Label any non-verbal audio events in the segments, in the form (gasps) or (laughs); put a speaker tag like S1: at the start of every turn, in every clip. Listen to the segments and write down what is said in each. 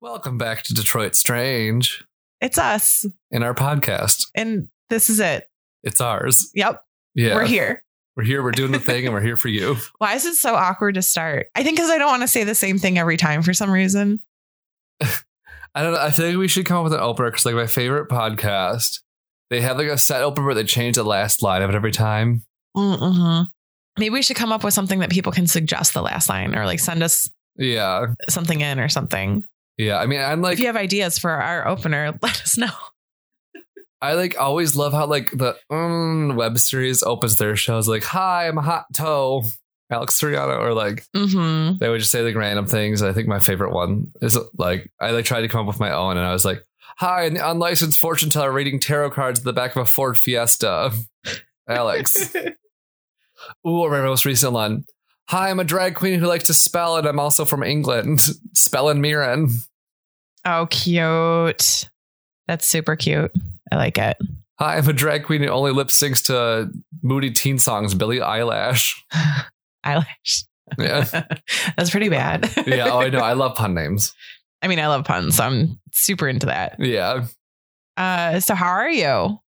S1: Welcome back to Detroit Strange
S2: It's us.
S1: in our podcast.
S2: And this is it.
S1: It's ours.
S2: Yep.
S1: Yeah.
S2: We're here.
S1: We're here. We're doing the thing and we're here for you.
S2: Why is it so awkward to start? I think because I don't want to say the same thing every time for some reason.
S1: I don't know. I feel like we should come up with an opener because, like, my favorite podcast, they have like a set opener, but they change the last line of it every time.
S2: Mm-hmm. Maybe we should come up with something that people can suggest the last line or like send us
S1: Yeah.
S2: something in or something.
S1: Yeah. I mean, I'm like,
S2: if you have ideas for our opener, (laughs) let us know.
S1: I like always love how like the mm, web series opens their shows like, "Hi, I'm a hot toe, Alex Soriano," or like
S2: Mm-hmm.
S1: they would just say like random things. I think my favorite one is like I like tried to come up with my own, and I was like, "Hi, an unlicensed fortune teller reading tarot cards at the back of a Ford Fiesta, (laughs)
S2: (laughs)
S1: Alex." Ooh, or my most recent one. Hi, I'm a drag queen who likes to spell, and I'm also from England. (laughs) Spell and Mirren.
S2: oh, cute. That's super cute. I like it. (sighs)
S1: Hi, I'm a drag queen who only lip syncs to moody teen songs, Billie Eyelash.
S2: Eyelash.
S1: (laughs) Yeah.
S2: (laughs) That's pretty bad.
S1: yeah, oh, I know. I love pun names.
S2: (laughs) I mean, I love puns, so I'm super into that.
S1: Yeah.
S2: Uh, so how are you?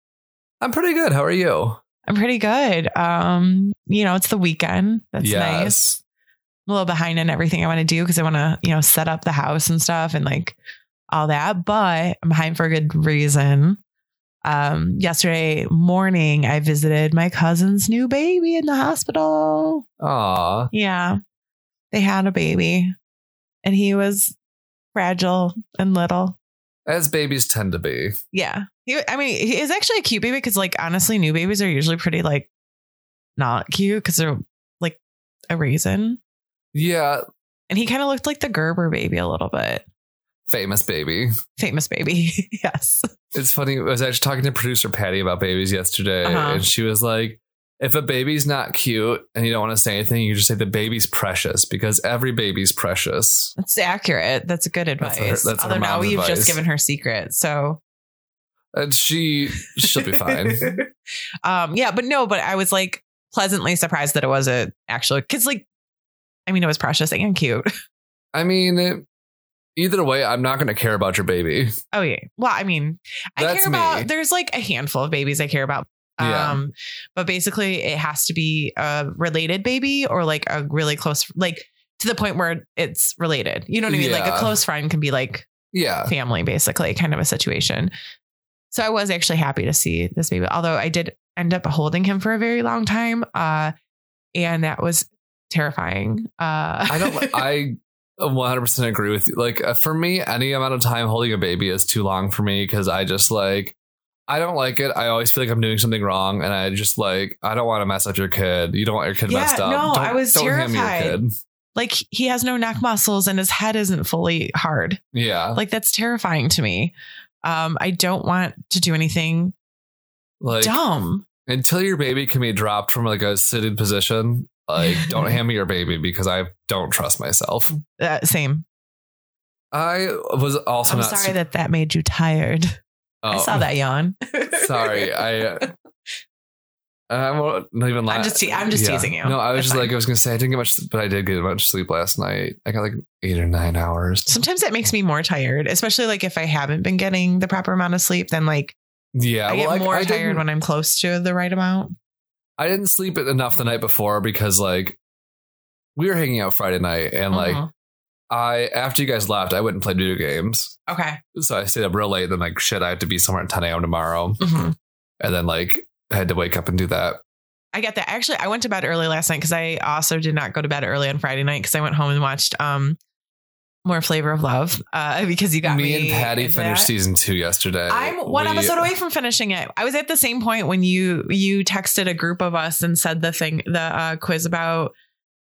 S1: I'm pretty good. How are you?
S2: I'm pretty good. Um, you know, it's the weekend. That's nice. I'm a little behind in everything I want to do because I want to, you know, set up the house and stuff and like all that, but I'm behind for a good reason. Um, yesterday morning I visited my cousin's new baby in the hospital.
S1: Aw.
S2: Yeah. They had a baby and he was fragile and little.
S1: As babies tend to be.
S2: Yeah. He, I mean, he is actually a cute baby because, like, honestly, new babies are usually pretty, like, not cute because they're, like, a reason.
S1: Yeah.
S2: And he kind of looked like the Gerber baby a little bit.
S1: Famous baby.
S2: Famous baby. (laughs) yes.
S1: It's funny. I was actually talking to producer Patty about babies yesterday,
S2: Uh-huh.
S1: and she was like, if a baby's not cute and you don't want to say anything, you just say the baby's precious because every baby's precious.
S2: That's accurate. That's good
S1: That's
S2: advice.
S1: her- that's her
S2: Although now
S1: mom's
S2: we've
S1: advice.
S2: just given her secret. So
S1: And she, she'll be fine.
S2: (laughs) um, yeah, but no, but I was, like, pleasantly surprised that it was a actual, because, like, I mean, it was precious and cute.
S1: I mean, it- either way, I'm not going to care about your baby.
S2: Oh yeah. Well, I mean, I
S1: That's
S2: care
S1: me.
S2: about there's like a handful of babies I care about.
S1: Yeah.
S2: Um, but basically it has to be a related baby or like a really close like to the point where it's related. You know what I mean? Like a
S1: Yeah.
S2: close friend can be like
S1: Yeah.
S2: family, basically, kind of a situation. So I was actually happy to see this baby, although I did end up holding him for a very long time. Uh and that was terrifying. Uh
S1: I don't. I 100% agree with you. Like uh, for me, any amount of time holding a baby is too long for me because I just like I don't like it. I always feel like I'm doing something wrong, and I just like I don't want to mess up your kid. You don't want your kid
S2: Yeah,
S1: messed up.
S2: no,
S1: Don't-
S2: I was
S1: don't hand me your
S2: terrified.
S1: kid.
S2: (laughs) like he has no neck muscles and his head isn't fully hard.
S1: Yeah,
S2: like that's terrifying to me um i don't want to do anything
S1: like
S2: dumb
S1: until your baby can be dropped from like a sitting position.
S2: (laughs)
S1: Like, don't hand me your baby because I don't trust myself.
S2: uh, same
S1: I was also
S2: i'm
S1: not. Oh.
S2: sorry that that made you tired i saw that yawn
S1: (laughs)
S2: (laughs)
S1: Sorry, I. Uh, I'm not even lying.
S2: i'm just te- i'm just
S1: Yeah.
S2: teasing you
S1: No, I was
S2: It's
S1: just
S2: fine.
S1: like I was gonna say I didn't get much, but I did get much sleep last night. I got like eight or nine hours.
S2: sometimes that makes me more tired especially like if i haven't been getting the proper amount of sleep then like
S1: Yeah,
S2: i get
S1: well,
S2: more
S1: I
S2: tired
S1: didn't,
S2: when i'm close to the right amount
S1: I didn't sleep enough the night before because like we were hanging out Friday night, and like
S2: Mhm.
S1: I after you guys left, I went and played video games,
S2: okay
S1: (laughs) so I stayed up real late. Then like shit, I have to be somewhere at ten a.m. tomorrow,
S2: Mhm.
S1: and then like I had to wake up and do that.
S2: I get that. Actually, I went to bed early last night because I also did not go to bed early on Friday night because I went home and watched um more Flavor of Love uh, (laughs) because you got me.
S1: me, and Patty
S2: that.
S1: finished season two yesterday.
S2: I'm one
S1: We-
S2: episode away from finishing it. I was at the same point when you you texted a group of us and said the thing the uh, quiz about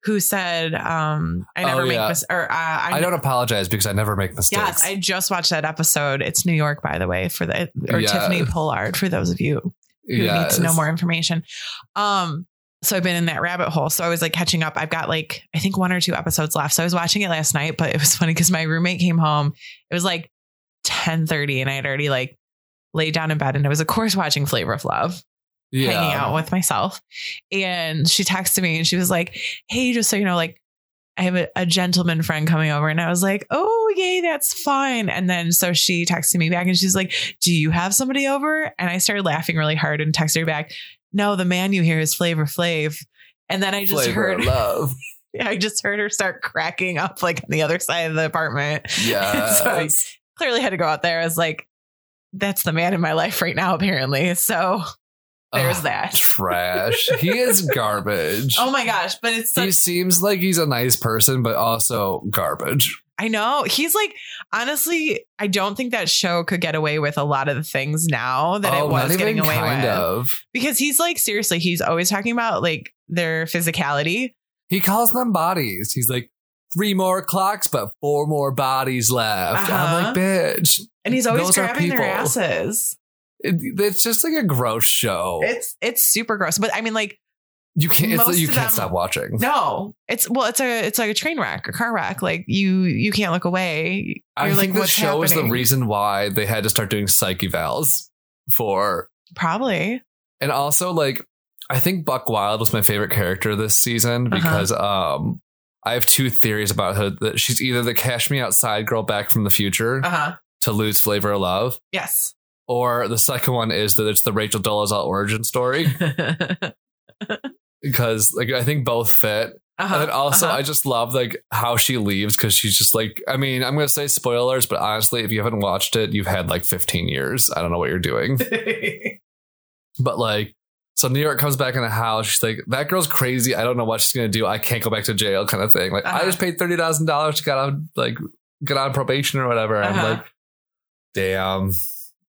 S2: who said um I
S1: Oh,
S2: never make
S1: yeah.
S2: mis- or uh, I,
S1: I don't apologize because I never make mistakes.
S2: Yes, I just watched that episode. It's New York, by the way, for the or
S1: Yeah.
S2: Tiffany Pollard for those of you who need to know
S1: Yes.
S2: more information. Um, so I've been in that rabbit hole. So I was like catching up. I've got like I think one or two episodes left. So I was watching it last night, but it was (laughs) funny because my roommate came home. It was like ten thirty, and I had already like laid down in bed, and I was of course watching Flavor of Love,
S1: Yeah.
S2: hanging out with myself. And she texted me, and she was like, "Hey, just so you know, like." I have a, a gentleman friend coming over, and I was like, "Oh, yay, that's fun!" And then so she texted me back, and she's like, "Do you have somebody over?" And I started laughing really hard and texted her back, "No, the man you hear is Flavor Flav." And then I just
S1: Flavor
S2: heard (laughs)
S1: love.
S2: I just heard her start cracking up like on the other side of the apartment. (laughs)
S1: Yeah.
S2: So I clearly had to go out there. I was like, that's the man in my life right now, apparently. So there's
S1: Ugh,
S2: that.
S1: Trash. He
S2: (laughs)
S1: is garbage.
S2: oh my gosh, but it's such
S1: he seems like he's a nice person, but also garbage.
S2: I know. He's like honestly, I don't think that show could get away with a lot of the things now that
S1: oh,
S2: it
S1: not
S2: was
S1: even
S2: getting away
S1: kind
S2: with.
S1: of.
S2: Because he's like seriously, he's always talking about like their physicality.
S1: He calls them bodies. He's like, three more clocks, but four more bodies left. I'm
S2: Uh-huh.
S1: like, bitch.
S2: And he's always
S1: Those are
S2: grabbing their
S1: people.
S2: asses.
S1: It- it's just like a gross show.
S2: It's it's super gross. But I mean like
S1: you can't. It's
S2: most
S1: like you
S2: of
S1: can't
S2: them-
S1: stop watching.
S2: No, it's well, it's a it's like a train wreck, a car wreck. Like you you can't look away.
S1: I
S2: You're
S1: think
S2: like,
S1: the
S2: what's
S1: show is the
S2: happening?
S1: reason why they had to start doing psych evals for (laughs)
S2: Probably.
S1: and also like I think Buck Wild was my favorite character this season
S2: Uh-huh.
S1: because um I have two theories about her that she's either the cash me outside girl back from the future
S2: Uh huh.
S1: to lose flavor of love
S2: Yes.
S1: or the second one is that it's the Rachel Dolezal origin
S2: (laughs)
S1: story
S2: uh-huh.
S1: because like I think both fit
S2: Uh-huh.
S1: and then also I just love like how she leaves because she's just like I mean I'm gonna say spoilers but honestly if you haven't watched it you've had like 15 years I don't know what you're doing
S2: Uh-huh. (laughs)
S1: But like, so New York comes back in the house. She's like, that girl's crazy. I don't know what she's gonna do. I can't go back to jail, kind of thing. Like, I
S2: Uh-huh.
S1: just paid thirty thousand dollars to get on like get on probation or whatever.
S2: Uh-huh.
S1: I'm like, damn,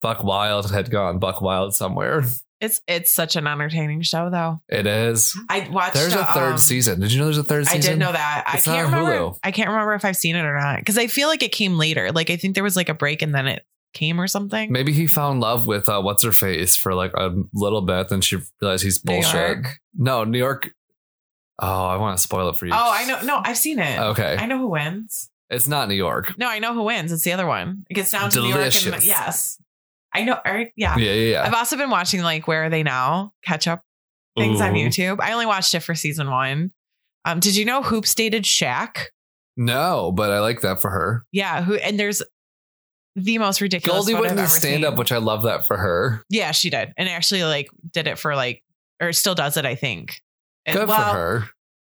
S1: Buck Wild had gone Buck Wild somewhere.
S2: it's it's such an entertaining show, though.
S1: It is.
S2: I watched.
S1: There's a third
S2: um,
S1: season. Did you know there's a third
S2: I
S1: season?
S2: did know that.
S1: It's
S2: I
S1: not
S2: can't
S1: on
S2: remember.
S1: Hulu.
S2: I can't remember if I've seen it or not because I feel like it came later. Like I think there was like a break and then it came or something.
S1: Maybe he found love with uh, what's her face for like a little bit, then she realized he's
S2: New
S1: bullshit.
S2: York?
S1: No, New York. Oh, I want to spoil it for you.
S2: Oh, I know. No, I've seen it.
S1: Oh, Okay,
S2: I know who wins.
S1: it's not New York.
S2: No, I know who wins. It's the other one. It gets down to New York.
S1: Delicious.
S2: And, yes, I know. Or, yeah.
S1: Yeah, yeah, yeah.
S2: I've also been watching like Where Are They Now? Catch up things on
S1: Ooh.
S2: YouTube. I only watched it for season one. Um, did you know Hoops dated Shaq?
S1: No, but I like that for her.
S2: Yeah, who and there's the most ridiculous.
S1: Goldie
S2: photo
S1: went
S2: I've
S1: to
S2: ever
S1: stand
S2: seen.
S1: up, which I love that for her.
S2: yeah, she did, and actually like did it for like or still does it, I think. And-
S1: Good
S2: well,
S1: for her.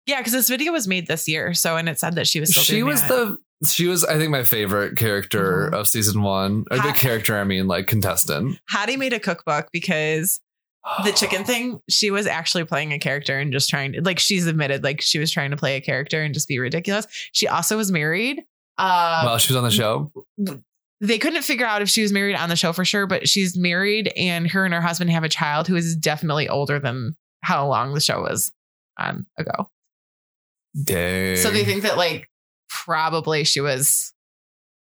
S2: Yeah, because this video was made this year, so and it said that she was. Still
S1: She
S2: doing
S1: was
S2: it.
S1: the she was I think my favorite character
S2: Mhm.
S1: of season one, or the
S2: Hot-
S1: character I mean, like contestant.
S2: Hattie made a cookbook because (gasps)
S1: (gasps)
S2: the chicken thing. She was actually playing a character and just trying to like she's admitted like she was trying to play a character and just be ridiculous. She also was married. Uh,
S1: Well, she was on the show.
S2: they couldn't figure out if she was married on the show for sure, but she's married and her and her husband have a child who is definitely older than how long the show was on ago.
S1: Dang.
S2: So they think that like probably she was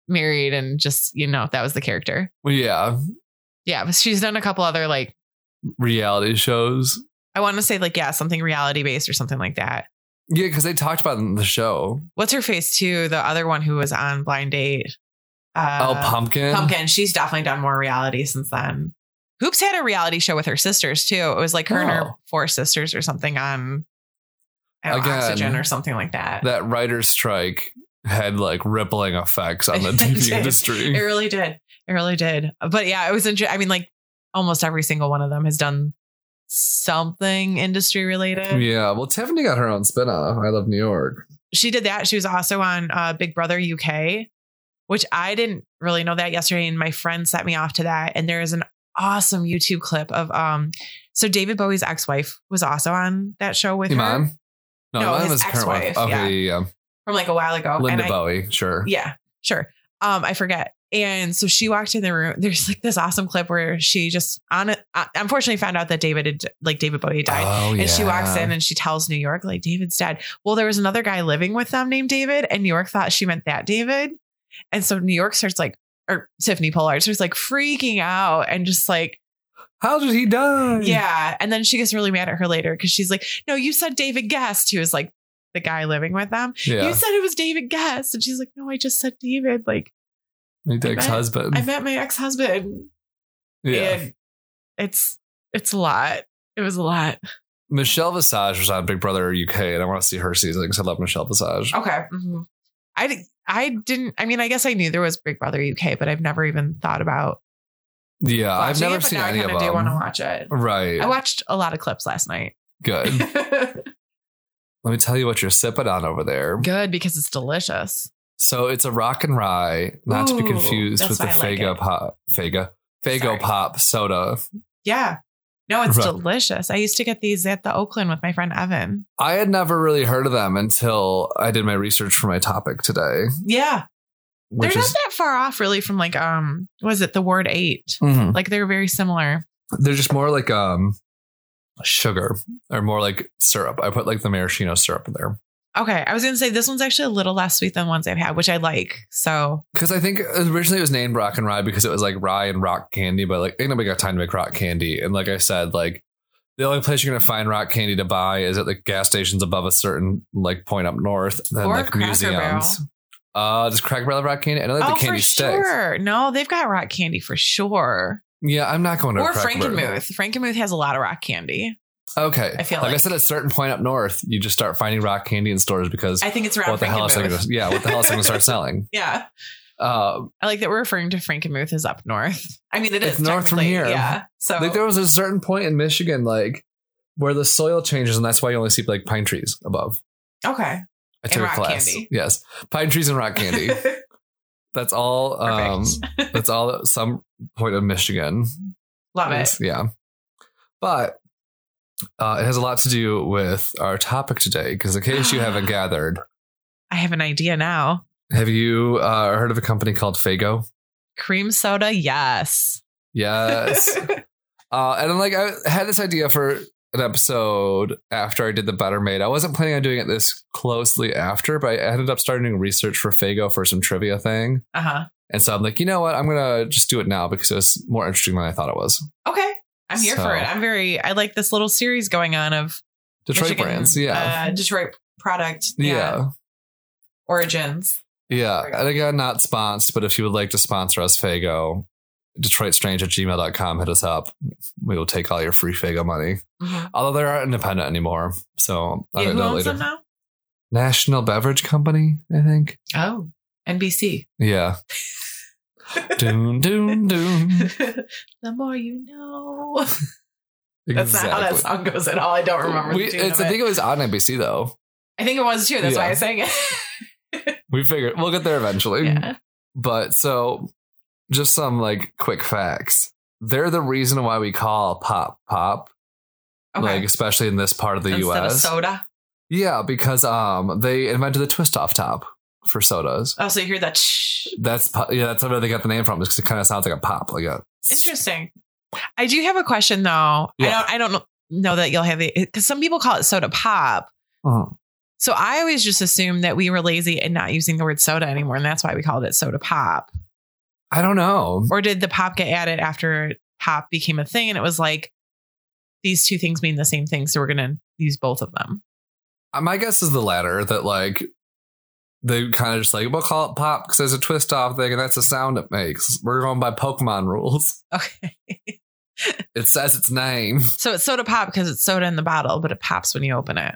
S2: married and just, you know, that was the character.
S1: Well, yeah,
S2: Yeah, but she's done a couple other like
S1: reality shows.
S2: I want to say like yeah, something reality based or something like that.
S1: Yeah, because they talked about it in the show.
S2: What's her face too? The other one who was on Blind Date. Uh,
S1: oh, pumpkin.
S2: Pumpkin. She's definitely done more reality since then. Hoops had a reality show with her sisters too. It was like her and her
S1: Oh.
S2: four sisters or something on I don't know,
S1: Again,
S2: oxygen or something like that.
S1: That writer's strike had like rippling effects
S2: (laughs)
S1: on the
S2: It
S1: TV
S2: did.
S1: industry.
S2: It really did. It really did. But yeah, it was interesting. I mean, like almost every single one of them has done something industry related.
S1: yeah. Well, Tiffany got her own spinoff. I love New York.
S2: she did that. She was also on uh, Big Brother UK, which I didn't really know that yesterday. And my friend set me off to that. And there is an awesome YouTube clip of um. So David Bowie's ex-wife was also on that show with her
S1: Iman? No,
S2: No,
S1: Iman
S2: his
S1: was the current wife.
S2: ex-wife,
S1: Okay,
S2: yeah.
S1: yeah, yeah.
S2: from like a while ago.
S1: Linda
S2: and I-
S1: Bowie, sure.
S2: Yeah, sure. Um, I forget. And so she walked in the room. There's like this awesome clip where she just on it. uh, Unfortunately, found out that David had like David Bowie died.
S1: Oh, yeah.
S2: And she walks in and she tells New York, like, David's dead. Well, there was another guy living with them named David, and New York thought she meant that David. And so New York starts like, or Tiffany Pollard starts like freaking out and just like,
S1: How did he die?
S2: yeah. And then she gets really mad at her later because she's like, no, you said David Guest, who is like the guy living with them.
S1: Yeah.
S2: You said it was David Guest. And she's like, no, I just said David. Like,
S1: He takes
S2: met-
S1: husband.
S2: I met my ex husband.
S1: Mm. yeah.
S2: And it's, it's a lot. It was a lot.
S1: Michelle Visage was on Big Brother UK, and I want to see her season because I love Michelle Visage.
S2: Okay. Mhm. I di- I didn't. I mean, I guess I knew there was Big Brother UK, but I've never even thought about.
S1: Yeah, Uh, I've
S2: watching
S1: never
S2: it, but
S1: seen
S2: now
S1: any
S2: I
S1: of
S2: kinda
S1: them. Oh,
S2: do want to watch it.
S1: right.
S2: I watched a lot of clips last night. (laughs)
S1: Good. Let me tell you what you're sipping on over there.
S2: Good because it's delicious.
S1: So it's a rock and rye, not to be
S2: Ooh,
S1: confused
S2: that's
S1: with the
S2: why I like
S1: Fago
S2: it.
S1: Pop, Fago, Fago
S2: Sorry.
S1: Pop soda.
S2: Yeah. No, it's
S1: Right.
S2: delicious. I used to get these at the Oakland with my friend Evan.
S1: I had never really heard of them until I did my research for my topic today,
S2: Yeah. They're
S1: which
S2: not
S1: is
S2: that far off really from like um was it the word eight?
S1: Mhm.
S2: Like they're very similar.
S1: they're just more like um sugar or more like syrup. I put like the maraschino syrup in there
S2: Okay. I was gonna say this one's actually a little less sweet than ones I've had, which I like. So
S1: because I think originally it was named Rock and Rye because it was like rye and rock candy, but like ain't nobody got time to make rock candy. And like I said, like the only place you're gonna find rock candy to buy is at the gas stations above a certain like point up north, then
S2: Or
S1: like
S2: Cracker
S1: museums. Uh, does Cracker Barrel have rock candy? I know they have
S2: oh,
S1: the candy
S2: for
S1: sticks.
S2: sure. No, they've got rock candy for sure.
S1: Yeah, I'm not going to
S2: or
S1: Cracker Barrel.
S2: Frankenmuth. Frankenmuth has a lot of rock candy.
S1: Okay.
S2: I feel
S1: like I
S2: like.
S1: said, at a certain point up north, you just start finding rock candy in stores because
S2: I think it's around
S1: what the hell is going
S2: Frankenmuth.
S1: to yeah, what the hell is going to start selling?
S2: Yeah.
S1: (laughs) Uh,
S2: I like that we're referring to Frankenmuth as up north. I mean, it
S1: It's
S2: is
S1: north from here.
S2: technically, Yeah. So
S1: Like there was a certain point in Michigan, like where the soil changes, and that's why you only see like pine trees above.
S2: okay.
S1: I
S2: And
S1: took a
S2: rock
S1: class.
S2: candy.
S1: Yes, pine trees and rock (laughs)
S2: (laughs)
S1: candy. that's all. Um, (laughs) that's all. At some point in Michigan,
S2: Love it.
S1: It's- Yeah. But uh, it has a lot to do with our topic today, because in case (gasps) you haven't gathered,
S2: I have an idea now.
S1: have you uh, heard of a company called Fago?
S2: Cream soda, yes. (laughs)
S1: Yes. Uh, and I'm like, I had this idea for an episode after I did the Better Made. I wasn't planning on doing it this closely after, but I ended up starting doing research for Fago for some trivia thing.
S2: uh huh.
S1: And so I'm like, you know what? I'm gonna just do it now because it was more interesting than I thought it was.
S2: Okay. I'm here
S1: So-
S2: for it. I'm very, I like this little series going on of
S1: Detroit
S2: Michigan,
S1: brands, yeah,
S2: Uh, Detroit product.
S1: yeah,
S2: Origins.
S1: yeah.
S2: Right.
S1: And again, not sponsored, but if you would like to sponsor us, Fago, DetroitStrange at gmail.com, hit us up. We will take all your free Fago money.
S2: Mhm.
S1: Although they aren't independent anymore, so I'll
S2: Yeah,
S1: get
S2: who
S1: that
S2: owns
S1: later.
S2: them now?
S1: National Beverage Company, I think.
S2: Oh, NBC.
S1: Yeah. doom, doom, doom.
S2: (laughs) the more you know. (laughs) That's
S1: Exactly.
S2: not how that song goes at all. I don't remember.
S1: We-
S2: the tune
S1: it's,
S2: of
S1: I
S2: it.
S1: think it was on NBC though.
S2: I think it was too. That's why
S1: Yeah.
S2: I sang it.
S1: We figured we'll get there eventually.
S2: (laughs) yeah.
S1: But so, just some like quick facts. They're the reason why we call pop pop, like especially in this part of the
S2: Instead of
S1: U.S.
S2: soda.
S1: yeah, because um they invented the twist off top for sodas.
S2: Oh, so you hear that. Shh.
S1: That's po- yeah, that's where they got the name from. because it kind of sounds like a pop, like a
S2: Interesting. I do have a question though.
S1: Yeah.
S2: I don't I don't know, know that you'll have it because some people call it soda pop.
S1: Mhm.
S2: So I always just assumed that we were lazy and not using the word soda anymore, and that's why we called it soda pop.
S1: I don't know.
S2: Or did the pop get added after pop became a thing and it was like these two things mean the same thing, so we're gonna use both of them.
S1: Uh, My guess is the latter that like they kind of just like we'll call it pop because there's a twist off thing and that's the sound it makes. We're going by Pokemon rules. (laughs)
S2: Okay. (laughs)
S1: It says its name.
S2: So it's soda pop because it's soda in the bottle, but it pops when you open it.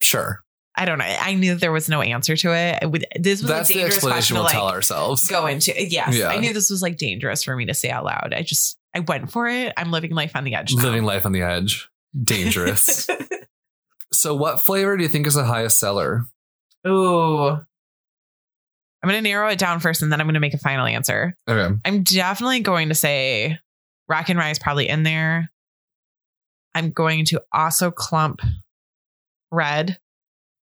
S1: Sure, I
S2: I don't know. I knew there was no answer to it. I would- This was
S1: that's
S2: a
S1: the
S2: dangerous
S1: explanation
S2: question
S1: we'll
S2: to, like,
S1: tell ourselves.
S2: go into. Yes,
S1: Yeah.
S2: I knew this was like dangerous for me to say out loud. I just I went for it. I'm living life on the edge. now. (laughs)
S1: Living life on the edge, dangerous. so, what flavor do you think is the highest seller?
S2: Ooh. I'm gonna narrow it down first, and then I'm gonna make a final answer.
S1: Okay,
S2: I'm definitely going to say rock and rye is probably in there. I'm going to also clump red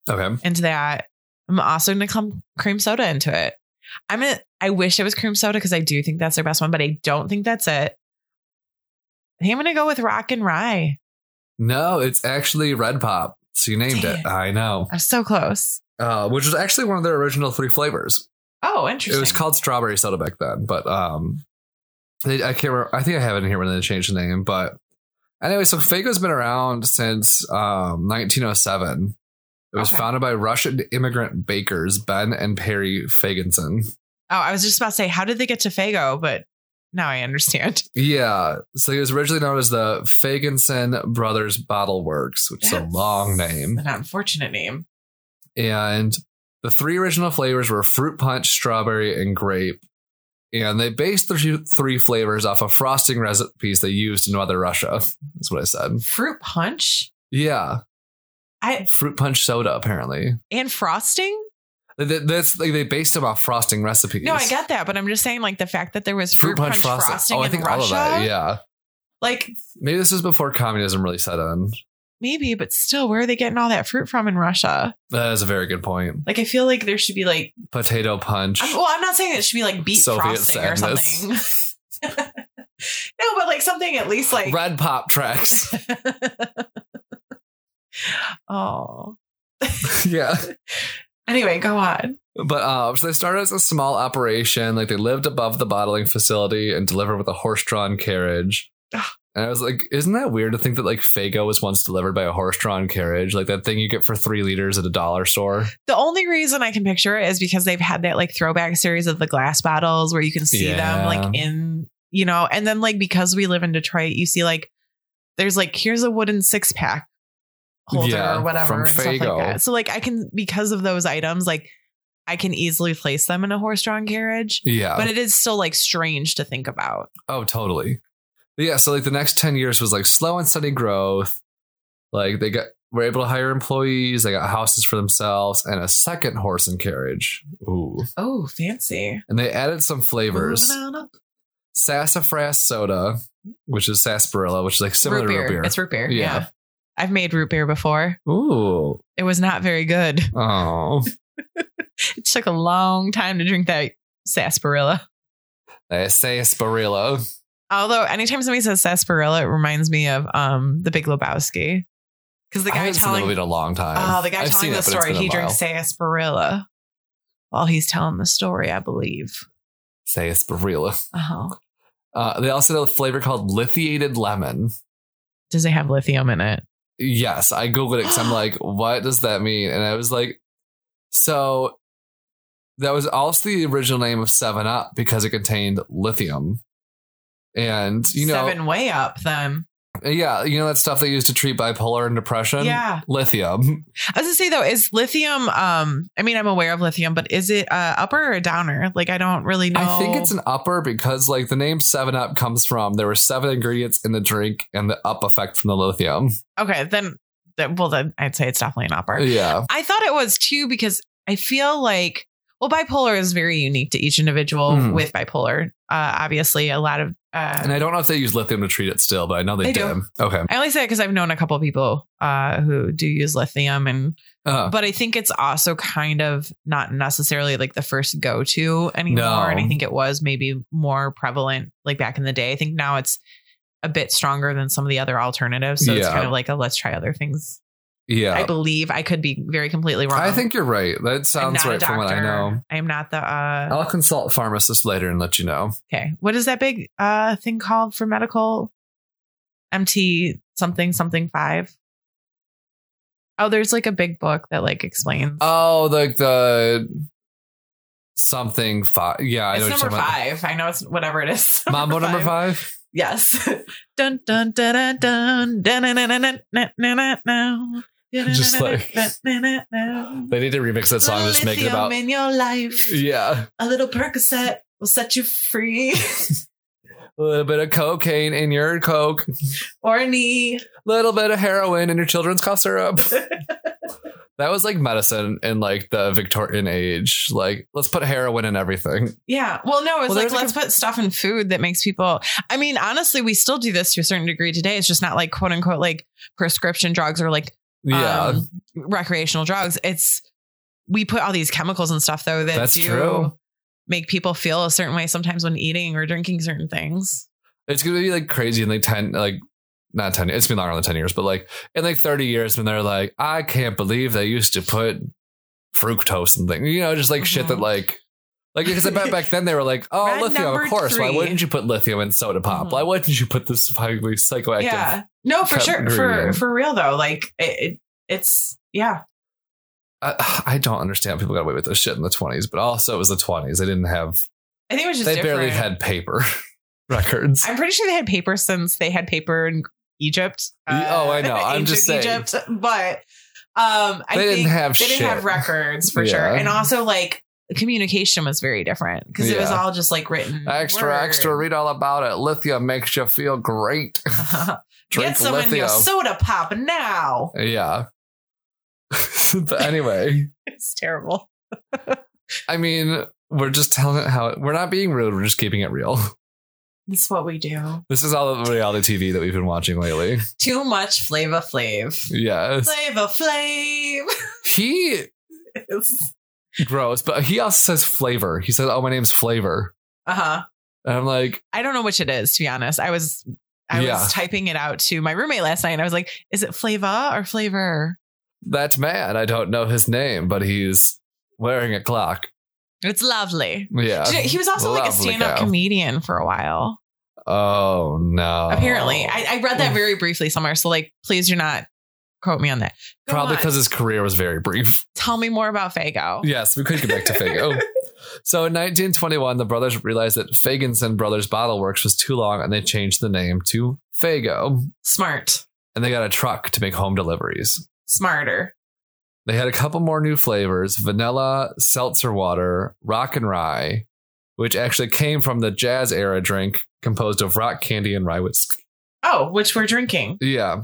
S1: okay,
S2: into that. I'm also gonna clump cream soda into it. I'm gonna. I wish it was cream soda because I do think that's their best one, but I don't think that's it. I think I'm gonna go with rock and rye.
S1: no, it's actually Red Pop. So you named
S2: Dang
S1: it.
S2: it.
S1: I know,
S2: I'm so close.
S1: uh, which was actually one of their original three flavors.
S2: Oh, interesting.
S1: It was called Strawberry Soda back then, but um, they, I can't remember. I think I have it in here when they changed the name. But anyway, so Fago's been around since um, 1907. It was
S2: Okay.
S1: founded by Russian immigrant bakers Ben and Perry Faginson.
S2: oh, I was just about to say, how did they get to Fago? But Now I understand. (laughs)
S1: Yeah. So he was originally known as the Fagenson Brothers Bottle Works, which is a
S2: That's
S1: long name.
S2: An unfortunate name.
S1: And the three original flavors were fruit punch, strawberry, and grape. And they based the th- three flavors off of frosting recipes they used in Mother Russia. That's what I said.
S2: Fruit punch
S1: Yeah.
S2: I-
S1: fruit punch soda apparently.
S2: and frosting.
S1: Th- th- That's like they based them off frosting recipes.
S2: No, I get that, but I'm just saying, like the fact that there was fruit, punch, frosting,
S1: Oh, I
S2: in
S1: think
S2: Russia.
S1: all of that. Yeah.
S2: Like
S1: Maybe this was before communism really set in.
S2: maybe, but still, where are they getting all that fruit from in Russia?
S1: That is a very good point.
S2: Like I feel like there should be like
S1: Potato punch.
S2: I'm, well, I'm not saying it should be like beet
S1: Soviet
S2: frosting or
S1: sadness.
S2: something. (laughs) no, but like something at least like.
S1: Red pop
S2: (laughs)
S1: tracks. (laughs)
S2: oh.
S1: yeah.
S2: Anyway, go on.
S1: But uh, so they started as a small operation. Like they lived above the bottling facility and delivered with a horse-drawn carriage.
S2: Ah.
S1: And I was like, isn't that weird to think that like Fago was once delivered by a horse-drawn carriage, like that thing you get for three liters at a dollar store?
S2: The only reason I can picture it is because they've had that like throwback series of the glass bottles where you can see them
S1: Yeah.
S2: like in, you know, and then like because we live in Detroit, you see like there's like here's a wooden six pack holder
S1: Yeah,
S2: or whatever
S1: from
S2: and stuff like
S1: Faygo.
S2: that. So like I can because of those items, like I can easily place them in a horse drawn carriage.
S1: Yeah.
S2: but it is still like strange to think about.
S1: Oh, totally. But yeah, so like the next 10 years was like slow and steady growth. Like they got were able to hire employees, they got houses for themselves, and a second horse and carriage. Ooh.
S2: Oh, fancy.
S1: And they added some flavors.
S2: Moving on up.
S1: Sassafras soda, which is sarsaparilla, which is like similar
S2: Root beer.
S1: to root beer.
S2: It's root beer. Yeah.
S1: Yeah.
S2: I've made root beer before.
S1: Ooh.
S2: It was not very good. (laughs)
S1: Oh.
S2: It took a long time to drink that sarsaparilla.
S1: Eh, sarsaparilla.
S2: Although anytime somebody says sarsaparilla, it reminds me of um the Big Lebowski. Because the
S1: I
S2: guy
S1: haven't seen the movie in
S2: telling
S1: a long time.
S2: oh, the guy
S1: I've
S2: telling
S1: seen it, but
S2: the
S1: it's
S2: story,
S1: been a
S2: he drinks
S1: while.
S2: sarsaparilla while he's telling the story, I believe.
S1: sarsaparilla.
S2: Uh-huh.
S1: Uh, they also had a flavor called lithiated lemon.
S2: Does it have lithium in it?
S1: Yes, I googled it because
S2: (gasps)
S1: I'm like, what does that mean? And I was like, so that was also the original name of Seven Up because it contained lithium, and you know,
S2: Seven way up then.
S1: yeah, you know that stuff they used to treat bipolar and depression.
S2: Yeah.
S1: lithium.
S2: I was gonna say though, is lithium? Um, I mean, I'm aware of lithium, but is it uh, upper or a downer? Like, I don't really know.
S1: I think it's an upper because like the name Seven Up comes from there were seven ingredients in the drink and the up effect from the lithium.
S2: okay. Then, that, well, then I'd say it's definitely an upper.
S1: Yeah,
S2: I thought it was too because I feel like well, bipolar is very unique to each individual
S1: Mhm.
S2: with bipolar. Uh, obviously, a lot of
S1: and
S2: uh,
S1: I don't know if they use lithium to treat it still, but I know they,
S2: They
S1: did.
S2: do.
S1: Okay,
S2: I only say it because I've known a couple of people uh, who do use lithium, and
S1: uh,
S2: but I think it's also kind of not necessarily like the first go to anymore.
S1: No.
S2: And I think it was maybe more prevalent like back in the day. I think now it's a bit stronger than some of the other alternatives. So it's
S1: Yeah.
S2: kind of like a let's try other things.
S1: yeah,
S2: I believe I could be very completely wrong.
S1: I think you're right. That
S2: I'm
S1: sounds
S2: not a
S1: right from what I
S2: doctor.
S1: know. Oh.
S2: I am not the uh
S1: I'll consult pharmacists later and let you know.
S2: okay. What is that big uh thing called for medical MT something something five? Oh, there's like a big book that like explains
S1: Oh, like the something five. Yeah, I know
S2: it's
S1: what
S2: number
S1: you're talking about.
S2: five. I know it's whatever it is. (laughs)
S1: Mambo number five.
S2: Yes. (laughs) dun dun dun dun dun dun dun dun dun dun dun
S1: Just like- They need to remix that song. Just make it about.
S2: in your life.
S1: Yeah,
S2: A little Percocet will set you free, (laughs)
S1: a little bit of cocaine in your coke, a
S2: or a knee.
S1: little bit of heroin in your children's cough
S2: (laughs)
S1: syrup. that was like medicine in like the Victorian age. Like, let's put heroin in everything.
S2: Yeah. Well, no,
S1: Well,
S2: it's like
S1: there's like
S2: let's put stuff in food that makes people. I mean, honestly, we still do this to a certain degree today. It's just not like quote unquote like prescription drugs or like
S1: Yeah,
S2: um, recreational drugs. It's we put all these chemicals and stuff though that
S1: That's
S2: do
S1: true.
S2: make people feel a certain way sometimes when eating or drinking certain things.
S1: it's gonna be like crazy in like ten, like not ten. It's been longer than ten years, but like in like thirty years when they're like, I can't believe they used to put fructose and things. You know, just like shit
S2: Mhm.
S1: that like. Like, because I bet back then they were
S2: (laughs)
S1: like, oh,
S2: Red
S1: lithium,
S2: number
S1: of course. Why
S2: three.
S1: wouldn't you put lithium in soda pop?
S2: Mhm.
S1: Why wouldn't you put this highly psychoactive?
S2: yeah. No, for
S1: cut
S2: sure. For
S1: green.
S2: for real though, like it, it it's yeah.
S1: I, (sighs) I don't understand. People got away with this shit in the 20s, but also it was the 20s. They didn't have,
S2: I think it was just
S1: they
S2: different.
S1: barely had paper. (laughs) records.
S2: I'm pretty sure they had paper since they had paper in Egypt. Uh,
S1: Y- oh, I know. I'm just
S2: ancient
S1: saying.
S2: Egypt, but um,
S1: They
S2: I think
S1: didn't have
S2: they didn't
S1: shit.
S2: have records for
S1: Yeah.
S2: sure, and also like communication was very different because it was
S1: Yeah.
S2: all just like written.
S1: Extra,
S2: word.
S1: extra. Read all about it. Lithium makes you feel
S2: (laughs)
S1: great.
S2: Get
S1: Drink
S2: some in your
S1: lithium.
S2: soda pop now.
S1: yeah. (laughs) but anyway,
S2: (laughs) It's terrible.
S1: I mean, we're just telling it how we're not being rude. We're just keeping it real. (laughs)
S2: That's what we do.
S1: This is all the reality TV that we've been watching
S2: (laughs)
S1: lately.
S2: Too much flavor flav.
S1: Yes.
S2: Flavor flav. (laughs)
S1: He gross, but he also says flavor. He says, "Oh, my name's Flavor,"
S2: Uh huh.
S1: and I'm like,
S2: I don't know which it is, to be honest. I was I
S1: Yeah.
S2: was typing it out to my roommate last night and I was like, is it flavor or flavor?
S1: "That man, I don't know his name, but he's wearing a clock."
S2: It's lovely.
S1: Yeah.
S2: Do you know, he was also like a
S1: Uh, lovely
S2: stand-up
S1: cow.
S2: comedian for a while.
S1: Oh no!
S2: Apparently. I, I read that very briefly somewhere. So like please do not quote me on that. Go
S1: probably
S2: on.
S1: because his career was very
S2: (laughs)
S1: brief.
S2: tell me more about Fago.
S1: Yes, we could get back to Fago. so in 1921, the brothers realized that Fagenson Brothers Bottle Works was too long, and they changed the name to Fago.
S2: Smart.
S1: And they got a truck to make home deliveries.
S2: Smarter.
S1: They had a couple more new flavors vanilla, seltzer water, rock and rye, which actually came from the jazz era drink composed of rock candy and rye whiskey.
S2: Oh, which we're drinking.
S1: Yeah.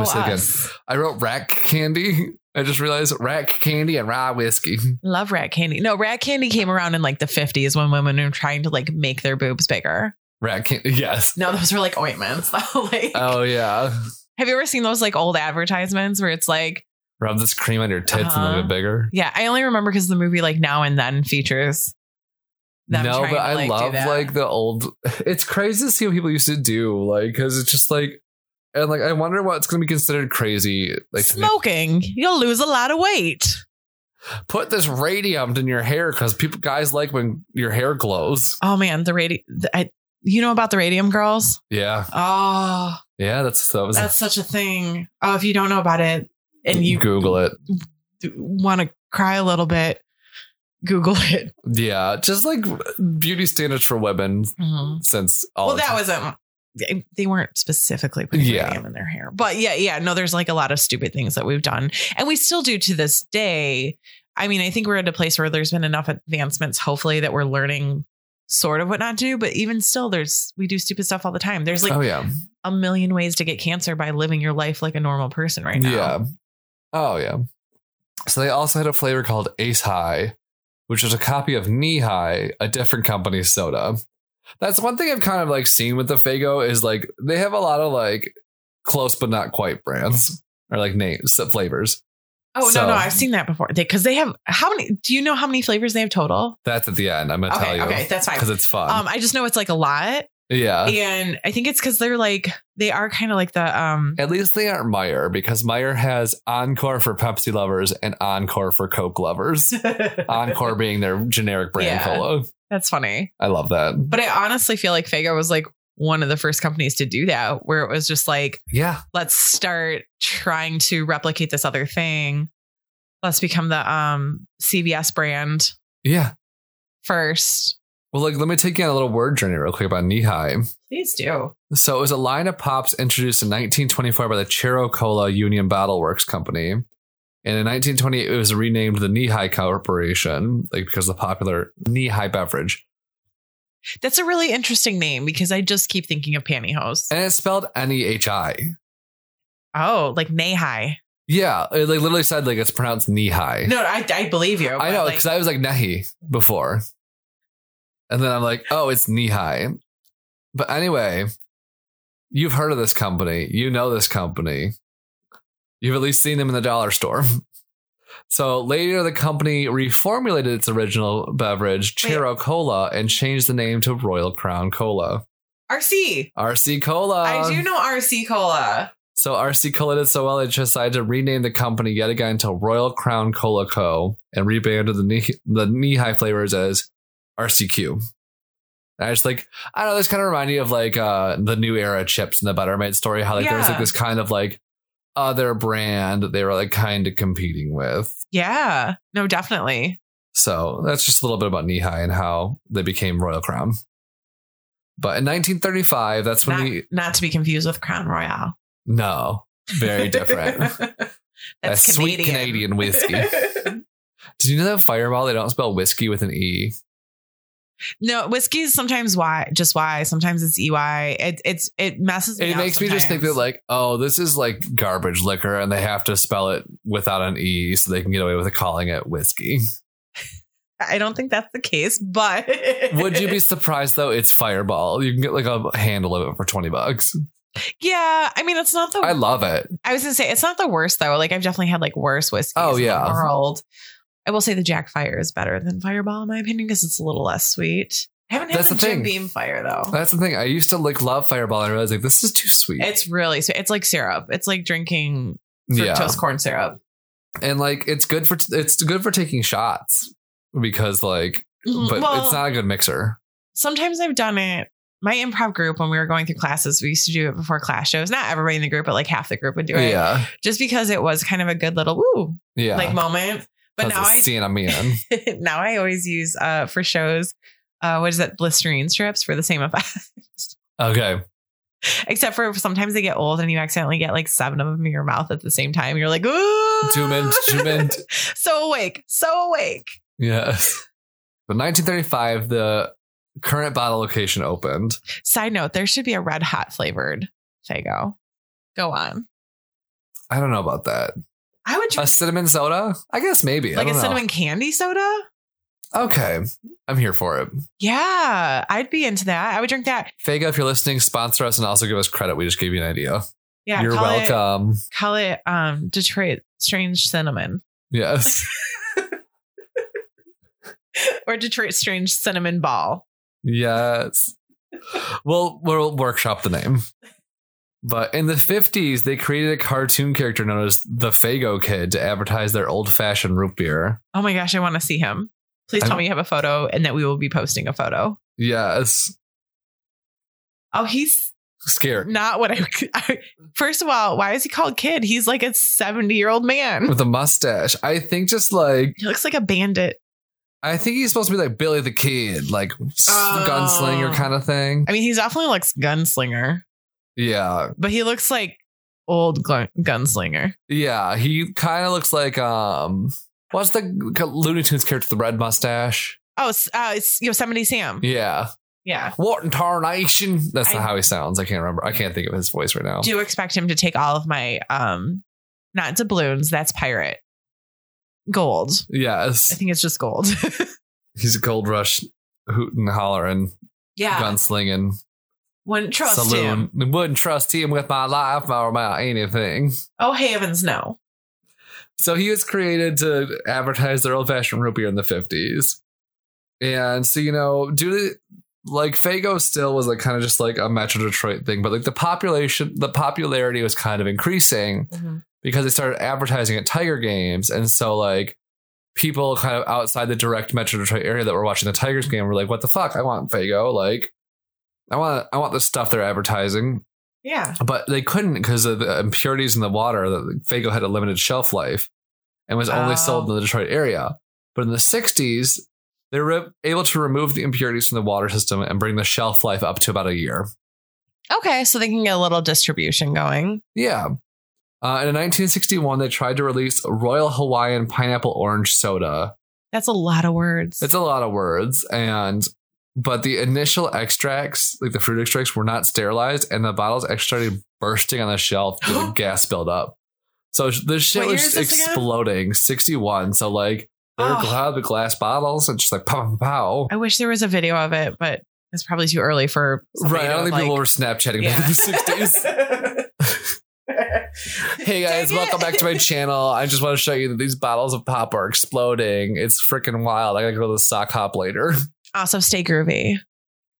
S1: Let me say again.
S2: us.
S1: I wrote rack candy. I just realized rack candy and rye whiskey.
S2: Love rat candy. No, rat candy came around in like the 50s when women were trying to like make their boobs bigger.
S1: Rack candy. Yes.
S2: No, those were like ointments. (laughs) though. like,
S1: Oh, yeah.
S2: have you ever seen those like old advertisements where it's like,
S1: Rub this cream on your tits and
S2: Uh-huh.
S1: they'll get bigger.
S2: yeah, I only remember because the movie like now and then features them.
S1: no,
S2: trying
S1: but
S2: to,
S1: I
S2: like, do
S1: love
S2: that.
S1: like the old. It's crazy to see what people used to do, like because it's just like, and like I wonder what's going to be considered crazy, like to
S2: smoking. You'll lose a lot of weight.
S1: put this radium in your hair because people guys like when your hair glows.
S2: Oh man, the radio. The, I, you know about the Radium Girls?
S1: Yeah,
S2: Oh,
S1: yeah, that's that was.
S2: that's such a thing. Oh, if you don't know about it and you
S1: Google it. Mm.
S2: want to cry a little bit, Google it.
S1: Yeah, just like beauty standards for women
S2: Mm-hmm.
S1: since all.
S2: well,
S1: the
S2: that
S1: time.
S2: wasn't. they- They weren't specifically putting
S1: Yeah.
S2: radium in their hair, but yeah, yeah. No, there's like a lot of stupid things that we've done, and we still do to this day. I mean, I think we're at a place where there's been enough advancements, hopefully, that we're learning sort of what not to do. But even still, there's we do stupid stuff all the time. There's like
S1: oh yeah,
S2: a million ways to get cancer by living your life like a normal person right now.
S1: yeah, oh yeah. So they also had a flavor called Ace High, which was a copy of Knee High, a different company's soda. That's one thing I've kind of like seen with the Fago is like they have a lot of like close but not quite brands or like names, uh, flavors.
S2: Oh
S1: So-
S2: no, no, I've seen that before. Because they, have how many? Do you know how many flavors they have total?
S1: That's at the end. I'm gonna tell
S2: Okay,
S1: you
S2: okay, that's fine.
S1: because it's fun.
S2: Um, I just know it's like a lot.
S1: yeah.
S2: and I think it's because they're like they are kind of like the um
S1: At least they aren't Meyer because Meyer has Encore for Pepsi lovers and Encore for Coke
S2: (laughs)
S1: lovers. Encore being their generic brand
S2: Yeah.
S1: cola.
S2: that's funny.
S1: I love that.
S2: But I honestly feel like Fago was like one of the first companies to do that, where it was just like,
S1: Yeah.
S2: let's start trying to replicate this other thing. Let's become the um CVS brand
S1: Yeah.
S2: first.
S1: Well, like, let me take you on a little word journey real quick about Knee High.
S2: Please do.
S1: So it was a line of pops introduced in 1924 by the Chero Cola Union Bottle Works Company. And in 1928, it was renamed the Knee High Corporation, like because of the popular knee high beverage.
S2: That's a really interesting name because I just keep thinking of pantyhose.
S1: And it's spelled N E H I.
S2: Oh, like Nehigh.
S1: Yeah, it like literally said like it's pronounced knee high.
S2: No, I, I believe you.
S1: I
S2: but,
S1: know
S2: like,
S1: because I was like nahi before, and then I'm like, oh, it's knee high. But anyway, you've heard of this company, you know this company, you've at least seen them in the dollar store. (laughs) So later, the company reformulated its original beverage,
S2: Wait.
S1: Chero Cola, and changed the name to Royal Crown Cola,
S2: RC.
S1: RC Cola.
S2: I do know RC Cola.
S1: So RC Cola did so well, they decided to rename the company yet again to Royal Crown Cola Co. and rebranded the knee, the knee high flavors as RCQ. And I just like I don't know. This kind of reminded me of like uh, the new era chips and the Buttermate story. How like there was like
S2: Yeah.
S1: this kind of like other brand that they were like kind of competing with.
S2: Yeah. No, definitely.
S1: So that's just a little bit about knee high and how they became Royal Crown. But in 1935, that's when
S2: Not,
S1: he
S2: not to be confused with Crown Royale.
S1: no, very different.
S2: (laughs) That's
S1: That's sweet
S2: Canadian.
S1: Canadian
S2: (laughs)
S1: whiskey. Did you know that Fireball they don't spell whiskey with an e?
S2: no, whiskey is sometimes Y, just Y. Sometimes it's EY. It, it's, it messes me
S1: It
S2: up
S1: makes me just think that
S2: sometimes.
S1: like, oh, this is like garbage liquor, and they have to spell it without an e so they can get away with calling it whiskey.
S2: I don't think that's the case, but
S1: (laughs) Would you be surprised though? It's Fireball. You can get like a handle of it for twenty bucks.
S2: (laughs) Yeah, I mean, it's not the.
S1: I
S2: I,
S1: love it.
S2: was gonna say it's not the worst though. Like I've definitely had like worse whiskeys.
S1: Oh, yeah.
S2: in the world. I will say the Jack Fire is better than Fireball in my opinion because it's a little less sweet. I haven't had
S1: That's
S2: the,
S1: the thing.
S2: Jim Beam Fire though.
S1: That's the thing. I used to like love Fireball, and I realized like this is too sweet.
S2: it's really sweet. It's like syrup. It's like drinking
S1: yeah,
S2: fructose corn syrup.
S1: and like it's good for it's good for taking shots because like, but
S2: well,
S1: it's not a good mixer.
S2: sometimes I've done it. My improv group, when we were going through classes, we used to do it before class shows. Not everybody in the group, but like half the group would do it,
S1: Yeah,
S2: just because it was kind of a good little woo
S1: yeah.
S2: like moment. But
S1: That's
S2: now
S1: a
S2: I
S1: scene I'm in.
S2: (laughs) now I always use uh for shows uh what is that blisterine strips for the same effect.
S1: Okay,
S2: (laughs) Except for sometimes they get old and you accidentally get like seven of them in your mouth at the same time. You're like, ooh,
S1: two minutes, two
S2: (laughs)
S1: minutes.
S2: so awake, so awake.
S1: Yes. But 1935, the current bottle location opened.
S2: Side note: There should be a red hot flavored Fago. Go on.
S1: I don't know about that.
S2: I would try
S1: A cinnamon soda? I guess maybe.
S2: like
S1: I
S2: a
S1: don't know.
S2: cinnamon candy soda.
S1: Okay, I'm here for it.
S2: Yeah, I'd be into that. I would drink that.
S1: Fega, if you're listening, sponsor us and also give us credit. We just gave you an idea.
S2: Yeah,
S1: you're
S2: call It, (laughs)
S1: welcome.
S2: call it um Detroit Strange Cinnamon
S1: Yes.
S2: or Detroit Strange Cinnamon Ball.
S1: Yes. We'll we'll workshop the name. But in the 50s, they created a cartoon character known as the Fago Kid to advertise their old fashioned root beer.
S2: Oh my gosh, I want to see him. Please tell
S1: I'm-
S2: me you have a photo and that we will be posting a photo.
S1: Yes.
S2: Oh, he's
S1: Scary.
S2: not what I, (laughs) I. First of all, why is he called kid? He's like a 70 year old man.
S1: With a mustache. I think just like
S2: He looks like a bandit.
S1: I think he's supposed to be like Billy the Kid, like s-
S2: Oh.
S1: gunslinger kind of thing.
S2: I mean, he definitely looks gunslinger,
S1: Yeah.
S2: but he looks like old gun- gunslinger.
S1: Yeah. He kind of looks like um what's the g- Looney Tunes character with the red mustache?
S2: Oh, s- uh, it's Yosemite Sam.
S1: Yeah.
S2: Yeah.
S1: What in tarnation? That's
S2: I-
S1: not how he sounds. I can't remember. I can't think of his voice right now.
S2: Do expect him to take all of my, um, not doubloons, that's pirate. Gold. I
S1: Yes.
S2: think it's just gold. (laughs)
S1: He's a gold rush hootin' hollering
S2: yeah.
S1: gunslinging
S2: Wouldn't trust him.
S1: saloon. Wouldn't trust him with my life or my anything.
S2: Oh, heavens, no.
S1: So he was created to advertise their old fashioned root beer in the 50s. And so, you know, due to like Fago still was like kind of just like a Metro Detroit thing, but like the population, the popularity was kind of increasing
S2: Mm-hmm.
S1: because they started advertising at Tiger games. And so, like, people kind of outside the direct Metro Detroit area that were watching the Tigers game were like, what the fuck? I want Fago. Like, I want, I want the stuff they're advertising
S2: Yeah.
S1: but they couldn't because of the uh, impurities in the water that Fago had a limited shelf life and was only
S2: Oh.
S1: sold in the Detroit area. But in the 60s, they were able to remove the impurities from the water system and bring the shelf life up to about a year.
S2: Okay, so they can get a little distribution going.
S1: Yeah. Uh, and in 1961, they tried to release Royal Hawaiian Pineapple Orange Soda.
S2: That's a lot of words.
S1: It's a lot of words. And, but the initial extracts, like the fruit extracts, were not sterilized and the bottles actually started bursting on the shelf due
S2: (gasps)
S1: to gas buildup. So sh- this shit
S2: What year
S1: was
S2: is
S1: just
S2: this again?
S1: exploding. 61. So like, they were
S2: Oh.
S1: cloud with glass bottles and just like pow, pow, pow.
S2: I wish there was a video of it, but it's probably too early for
S1: Right. I don't think people were Snapchatting back in the 60s.
S2: (laughs)
S1: Hey guys, welcome back to my channel. I just want to show you that these bottles of pop are exploding. It's freaking wild. I gotta go to the sock hop later. (laughs)
S2: Also, stay groovy.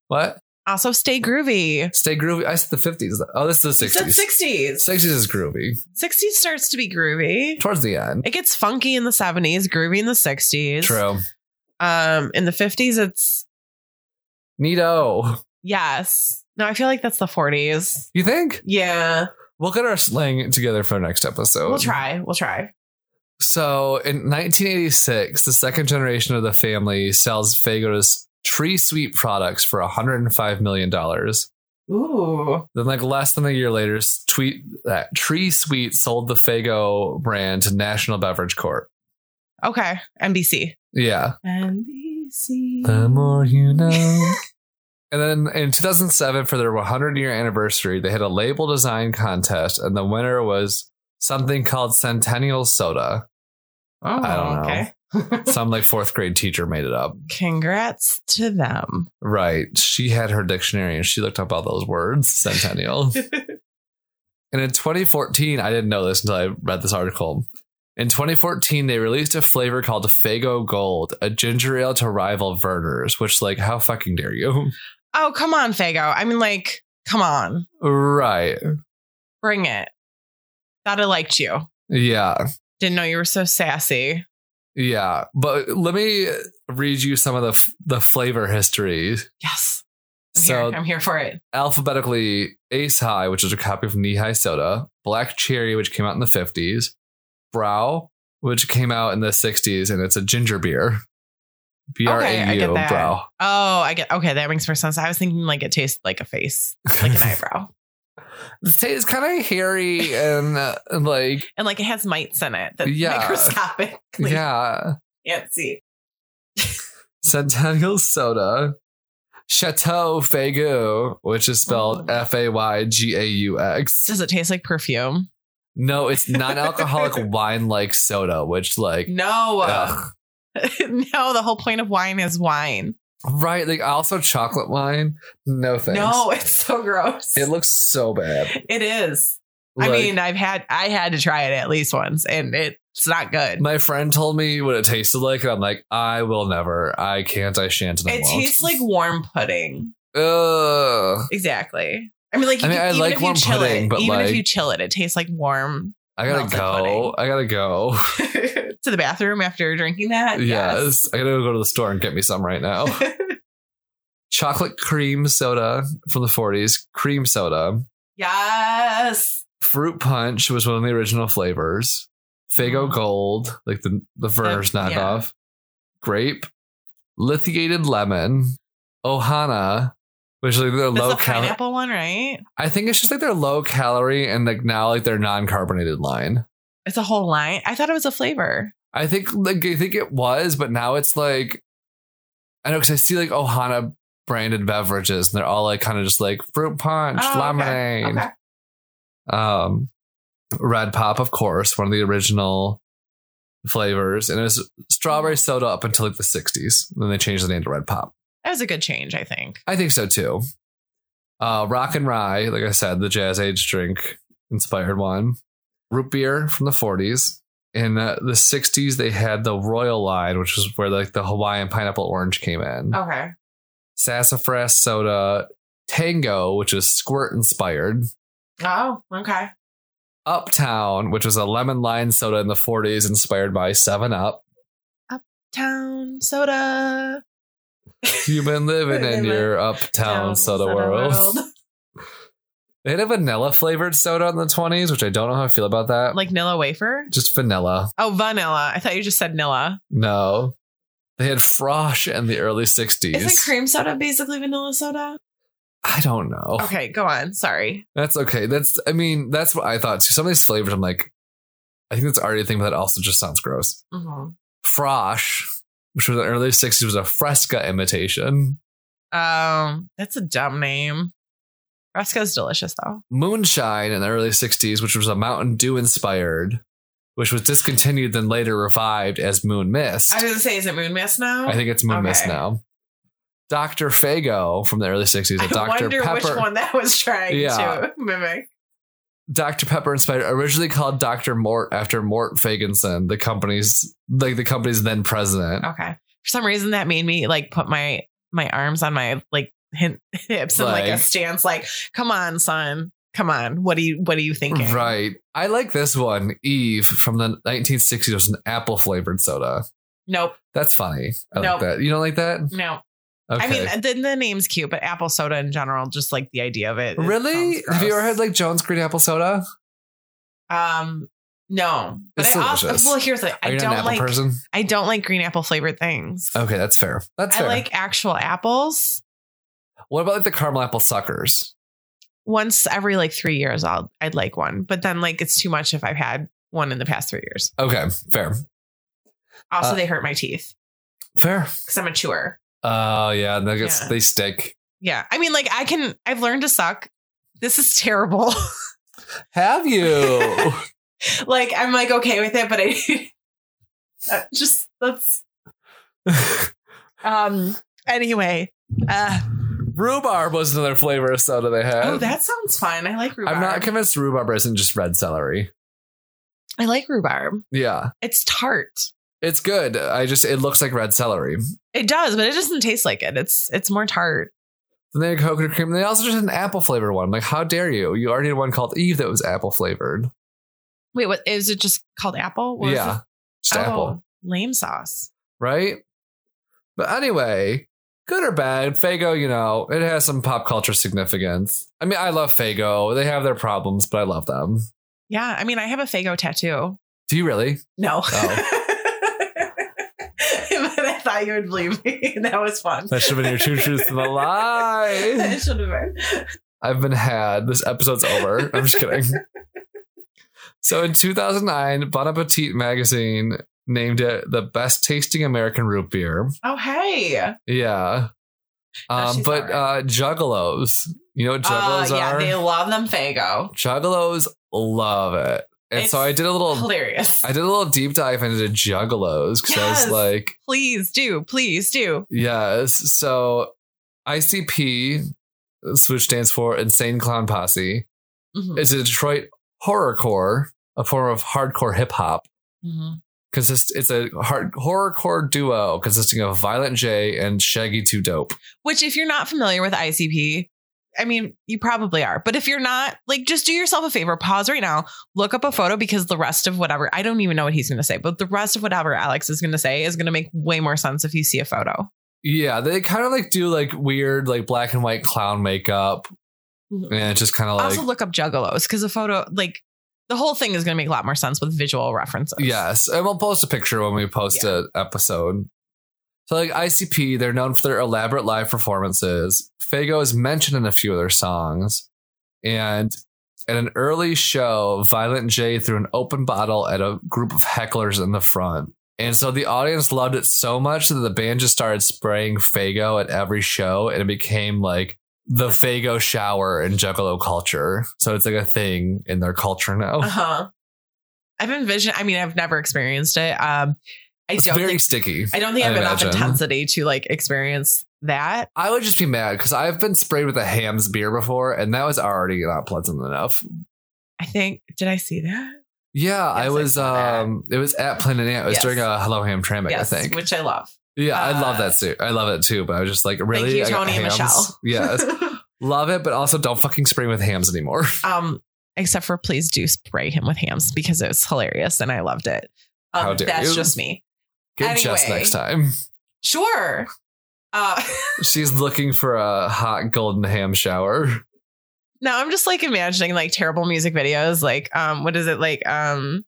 S1: What?
S2: Also, stay groovy.
S1: Stay groovy. I said the 50s. Oh, this is the 60s.
S2: 60s.
S1: 60s is groovy.
S2: 60s starts to be groovy.
S1: Towards the end.
S2: It gets funky in the 70s, groovy in the 60s.
S1: True.
S2: Um, in the 50s, it's
S1: Neato.
S2: yes. No, I feel like that's the 40s.
S1: You think?
S2: Yeah.
S1: We'll get our slang together for next episode.
S2: We'll try. We'll try.
S1: So in 1986, the second generation of the family sells Fago to s- tree sweep products for 105 million dollars.
S2: Ooh.
S1: Then, like less than a year later, tweet that Tree Sweet sold the Fago brand to National Beverage Corp.
S2: Okay. NBC.
S1: Yeah,
S2: NBC.
S1: the more you know. (laughs) and then in 2007, for their 100 year anniversary, they had a label design contest, and the winner was something called Centennial Soda.
S2: Oh,
S1: I don't know.
S2: okay.
S1: Some like fourth grade teacher made it up.
S2: Congrats to them.
S1: Right. She had her dictionary and she looked up all those words, centennial. and in 2014, I didn't know this until I read this article. In 2014, they released a flavor called Fago Gold, a ginger ale to rival Verner's, which, like, how fucking dare you? (laughs)
S2: Oh, come on, Fago. I mean, like, come on.
S1: Right.
S2: Bring it. Thought I liked you.
S1: Yeah.
S2: Didn't know you were so sassy.
S1: Yeah. But let me read you some of the, f- the flavor history.
S2: Yes. I'm
S1: So-
S2: here. I'm here for it.
S1: alphabetically Ace High, which is a copy of Knee High Soda, Black Cherry, which came out in the 50s, Brow, which came out in the 60s, and it's a ginger beer. B R
S2: Okay, I
S1: A
S2: get
S1: U,
S2: that.
S1: Brow.
S2: Oh, I get okay. That makes more sense. I was thinking like it tastes like a face,
S1: (laughs)
S2: like an eyebrow,
S1: It tastes kind of
S2: (laughs)
S1: hairy and uh, like,
S2: and like it has mites in it. That's
S1: Yeah.
S2: microscopic.
S1: yeah.
S2: (laughs) can't see.
S1: Centennial Soda, Chateau Fagu, which is spelled
S2: Oh.
S1: F A Y G A U X.
S2: Does it taste like perfume?
S1: No,
S2: (laughs)
S1: it's non alcoholic wine like soda, which, like,
S2: No,
S1: ugh.
S2: (laughs) no. The whole point of wine is wine.
S1: Right, like also chocolate wine. No thanks.
S2: No, (laughs) it's so gross.
S1: it looks so bad.
S2: it is. I
S1: Like,
S2: mean, I've had I had to try it at least once, and it's not good.
S1: my friend told me what it tasted like, and I'm like, I will never. I can't. I shan't. And I
S2: it
S1: won't.
S2: tastes like warm pudding.
S1: Ugh.
S2: Exactly. I mean, like
S1: I mean,
S2: if-
S1: I
S2: even
S1: like
S2: if
S1: warm
S2: you chill
S1: pudding,
S2: it,
S1: but,
S2: even
S1: like-
S2: if you chill it, it tastes like warm
S1: I gotta
S2: Smells like
S1: go. I gotta go.
S2: to the bathroom after drinking
S1: (laughs)
S2: that.
S1: yes. I gotta go to the store and get me some right
S2: (laughs)
S1: now.
S2: Yes.
S1: chocolate cream soda from the 40s. Cream soda.
S2: Yes.
S1: Fruit punch was one of the original flavors. Fago
S2: Mm.
S1: gold, like the the Verner's
S2: yeah.
S1: knockoff. Grape, lithiated lemon, Ohana, which is like their
S2: That's
S1: low
S2: the
S1: calorie.
S2: pineapple one, right?
S1: I think it's just like their low calorie and like now like their non carbonated line.
S2: It's a whole line. I thought it was a flavor.
S1: I think like I think it was, but now it's like I know because I see like Ohana branded beverages and they're all like kind of just like fruit punch,
S2: Oh, okay.
S1: lemonade.
S2: Okay.
S1: um, Red Pop, of course, one of the original flavors, and it was strawberry soda up until like the '60s. Then they changed the name to Red Pop.
S2: That was a good change, I think.
S1: I think so too. Uh, Rock and Rye, like I said, the jazz age drink inspired one. Root beer from the '40s. In uh, the '60s, they had the Royal line, which was where like the Hawaiian pineapple orange came in.
S2: Okay.
S1: Sassafras soda, Tango, which is squirt inspired.
S2: Oh, okay.
S1: Uptown, which was a lemon lime soda in the 40s inspired by 7 Up.
S2: Town soda.
S1: You've been living in your uptown soda, world. (laughs) They had a vanilla flavored soda in the 20s, which I don't know how I feel about that.
S2: (laughs) like Nilla wafer.
S1: Just vanilla.
S2: Oh, vanilla. I thought you just said Nilla.
S1: No. They had frosh in the early 60s.
S2: Isn't cream soda basically vanilla soda?
S1: I don't know.
S2: Okay, go on. Sorry.
S1: That's okay. That's, I mean, that's what I thought too. Some of these flavors, I'm like, I think that's already a thing, but that also just sounds gross.
S2: Mhm.
S1: Frosh, which was in the early 60s, was a Fresca imitation.
S2: Um, that's a dumb name. Fresco's delicious though.
S1: moonshine in the early 60s, which was a Mountain Dew inspired, which was discontinued then later revived as Moon Mist.
S2: I was gonna say, is it moon mist now?
S1: I think it's Moon Mist
S2: Okay.
S1: now. Dr. Fago from the early 60s, a
S2: I
S1: Dr.
S2: wonder
S1: Pepper.
S2: which one that was trying
S1: Yeah.
S2: to mimic.
S1: Dr. Pepper inspired, originally called Dr. Mort after Mort Faginson, the company's like the company's then president.
S2: Okay. For some reason, that made me like put my my arms on my like hin- (laughs) hips and like, a
S1: Like-
S2: stance. Like, come on, son. Come on. What do you What are you thinking?
S1: Right. I like this one. Eve from the 1960s was an apple flavored soda.
S2: Nope.
S1: That's funny. I
S2: Nope.
S1: like that. You don't like that?
S2: No.
S1: Okay.
S2: I mean, the, the name's cute, but apple soda in general, just like the idea of it. it
S1: Really?
S2: uh, sounds
S1: Have you
S2: gross.
S1: ever had like Jones Green Apple Soda?
S2: Um, No, but
S1: It's
S2: I also
S1: delicious.
S2: well here's the
S1: Are
S2: I
S1: you not an
S2: don't
S1: apple
S2: like
S1: person?
S2: I don't like green apple flavored things.
S1: Okay, that's fair. That's
S2: I
S1: fair.
S2: like actual apples.
S1: what about like the caramel apple suckers?
S2: Once every like three years, I'll I'd like one, but then like it's too much if I've had one in the past three years.
S1: Okay, fair.
S2: Also,
S1: Uh,
S2: they hurt my teeth
S1: Fair.
S2: because I'm a chewer.
S1: Oh, yeah. and They, get,
S2: Yeah.
S1: they stick.
S2: Yeah, I mean, like I can. I've learned to suck. This is (laughs) terrible.
S1: Have
S2: (laughs)
S1: you? (laughs)
S2: like I'm like okay with it, but I (laughs) Uh, just that's um. Anyway, uh,
S1: rhubarb was another flavor of soda they had.
S2: oh, that sounds fun. I like rhubarb.
S1: Um, I'm not convinced rhubarb isn't just red celery.
S2: I like rhubarb.
S1: Yeah.
S2: It's tart.
S1: It's good. I just, it looks like red celery.
S2: It does, but it doesn't taste like it. It's it's more tart.
S1: Then they had coconut cream. They also just had an apple flavored one. Like, how dare you? You already had one called Eve that was apple flavored.
S2: Wait, what is it? Just called apple? What was
S1: Yeah.
S2: it? Oh.
S1: Just apple.
S2: lame sauce.
S1: right? But anyway, good or bad, Fago, you know, it has some pop culture significance. I mean, I love Fago. They have their problems, but I love them.
S2: Yeah, I mean, I have a Fago tattoo.
S1: Do you really?
S2: No.
S1: Oh.
S2: (laughs) but I thought you would believe me. (laughs) That was fun.
S1: That should have been your two truths and a lie. (laughs)
S2: That should have been.
S1: I've been had. This episode's
S2: (laughs)
S1: over. I'm just kidding. So in 2009, Bon Appetit magazine named it the best tasting American root beer.
S2: Oh hey.
S1: Yeah.
S2: Oh,
S1: Um,
S2: she's
S1: but
S2: alright.
S1: uh, juggalos. You know what
S2: Uh,
S1: juggalos
S2: yeah,
S1: are?
S2: they love them Fago.
S1: Juggalos love it. And so
S2: It's
S1: I did a little
S2: Hilarious.
S1: Oh. I did a little deep dive into juggalos because I
S2: Yes.
S1: was like,
S2: please do, please do.
S1: yes. So ICP, which stands for Insane Clown Posse,
S2: Mhm,
S1: is a Detroit horrorcore, a form of hardcore hip hop.
S2: mhm.
S1: Consist it's a hard horrorcore duo consisting of Violent J and Shaggy Two Dope.
S2: Which, if you're not familiar with ICP, I mean, you probably are. But if you're not, like, just do yourself a favor. Pause right now. Look up a photo because the rest of whatever I don't even know what he's going to say, but the rest of whatever Alex is going to say is going to make way more sense if you see a photo.
S1: Yeah, they kind of like do like weird like black and white clown makeup,
S2: Mhm.
S1: and it's just kind of like
S2: also look up juggalos because a photo like the whole thing is going to make a lot more sense with visual references
S1: Yes, and we'll post a picture when we post a episode. So, like ICP, they're known for their elaborate live performances. Fago is mentioned in a few of their songs, and at an early show, Violent J threw an open bottle at a group of hecklers in the front, and so the audience loved it so much that the band just started spraying Fago at every show, and it became like the Fago shower in Juggalo culture. So it's like a thing in their culture now.
S2: uh-huh i've envisioned i mean i've never experienced it um i
S1: It's
S2: don't
S1: very
S2: think,
S1: sticky.
S2: i don't think
S1: I
S2: i have enough
S1: imagine.
S2: intensity to like experience that
S1: I would just be mad because I've been sprayed with a ham's beer before, and that was already not pleasant enough.
S2: i think did i see that
S1: Yeah, I
S2: Yes, I
S1: was.
S2: saw that.
S1: um, it was at Planet Ant. It was
S2: Yes.
S1: during a Hello Hamtramck, I think.
S2: which i love
S1: yeah, I love
S2: uh,
S1: that suit. I love it too. But I was just like, really,
S2: you,
S1: I got
S2: Tony and
S1: hams?
S2: Michelle.
S1: (laughs) yes, love it, but also don't fucking spray with hams anymore.
S2: (laughs)
S1: (laughs)
S2: um except for please do spray him with hams because it was hilarious and i loved it um,
S1: How dare
S2: that's
S1: you.
S2: just me
S1: Get Jess
S2: Anyway.
S1: next time.
S2: sure uh
S1: She's looking for a hot golden ham shower.
S2: (laughs) No, I'm just like imagining like terrible music videos. Like, um, what is it like? Um,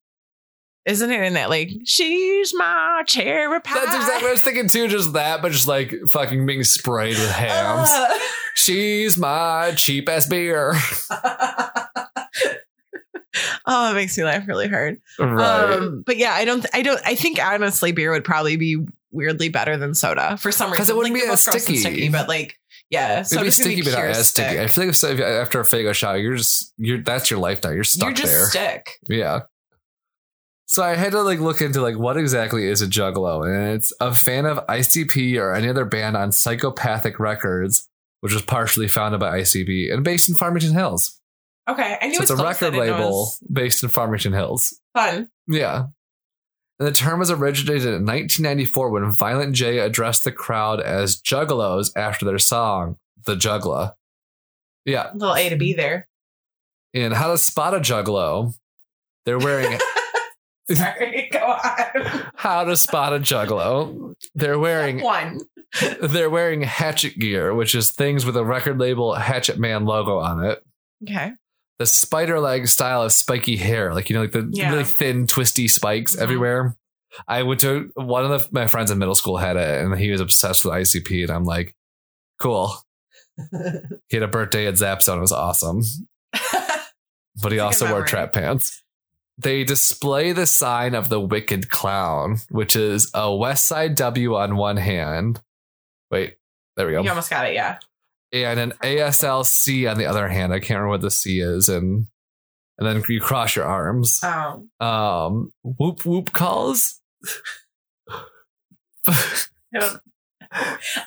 S2: isn't it in that like she's my cherry pie?
S1: That's exactly what I was thinking too. Just that, but just like fucking being sprayed with hams. She's my cheap ass beer. (laughs)
S2: (laughs) oh, it makes me laugh really hard.
S1: right.
S2: Um, but yeah, I don't, I don't, I think honestly, beer would probably be weirdly better than soda for some reason.
S1: 'Cause it wouldn't
S2: Like,
S1: be
S2: they're
S1: as
S2: both gross and
S1: sticky.
S2: But like, yeah,
S1: It'd be
S2: soda's gonna
S1: sticky, but not
S2: pure
S1: as sticky. I
S2: stick.
S1: feel like so if- after a Fago shot, you're just you're that's your life now. You're stuck
S2: You're just
S1: there.
S2: stick.
S1: Yeah. So I had to like look into like what exactly is a juggalo, and it's a fan of ICP or any other band on Psychopathic Records, which was partially founded by ICP and based in Farmington Hills.
S2: Okay, I knew
S1: So it's
S2: it was
S1: a
S2: close. I
S1: record
S2: didn't know it
S1: label
S2: was
S1: based in Farmington Hills.
S2: Fun.
S1: Yeah. And the term was originated in 1994 when Violent J addressed the crowd as juggalos after their song, The Juggler. Yeah.
S2: Little A to B there. (laughs)
S1: And how to spot a juggalo. They're wearing
S2: Sorry, go on.
S1: how to spot a juggalo. They're
S2: (laughs)
S1: wearing
S2: One.
S1: they're wearing hatchet gear, which is things with a record label hatchet man logo on it.
S2: Okay.
S1: the spider leg style of spiky hair, like you know, like the
S2: Yeah.
S1: really thin, twisty spikes
S2: Mhm.
S1: everywhere. I went to one of the, my friends in middle school had it, and he was obsessed with ICP, and I'm like, cool. he had a birthday at Zap Zone. It was awesome, but he
S2: It's a good
S1: also wore
S2: memory.
S1: trap pants. They display the sign of the Wicked Clown, which is a West Side W on one hand. Wait, there we go
S2: (laughs) you almost got it. Yeah.
S1: and an ASLC on the other hand. I can't remember what the C is, and and then you cross your arms.
S2: Um,
S1: Um, whoop whoop calls.
S2: I, don't,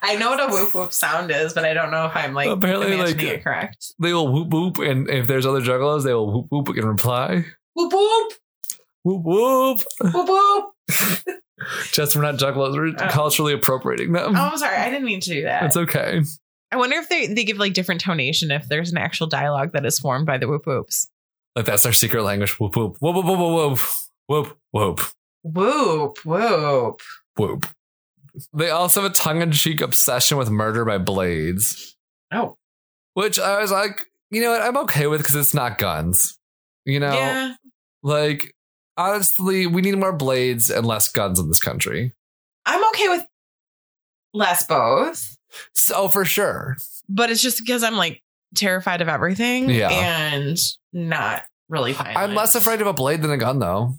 S2: I know what a whoop whoop sound is, but I don't know if I'm like
S1: Apparently,
S2: imagining
S1: like- uh,
S2: it correct.
S1: they will whoop whoop, and if there's other juggalos, they will whoop whoop in reply.
S2: Whoop whoop
S1: Whoop whoop. (laughs)
S2: whoop Oh, whoop.
S1: Just we're not juggalos. We're
S2: Oh.
S1: culturally appropriating them.
S2: Oh, I'm sorry. I didn't mean to do that.
S1: That's okay.
S2: I wonder if they, they give like different tonation if there's an actual dialogue that is formed by the whoop whoops.
S1: Like that's our secret language. Whoop whoop whoop whoop whoop whoop whoop whoop.
S2: Whoop whoop.
S1: whoop. They also have a tongue-in-cheek obsession with murder by blades.
S2: Oh.
S1: which I was like, you know what, I'm okay with because it's not guns. You know,
S2: yeah.
S1: like honestly, we need more blades and less guns in this country.
S2: I'm okay with less both,
S1: So for sure,
S2: but it's just because I'm like terrified of everything
S1: Yeah.
S2: and not really violent.
S1: I'm less afraid of a blade than a gun, though.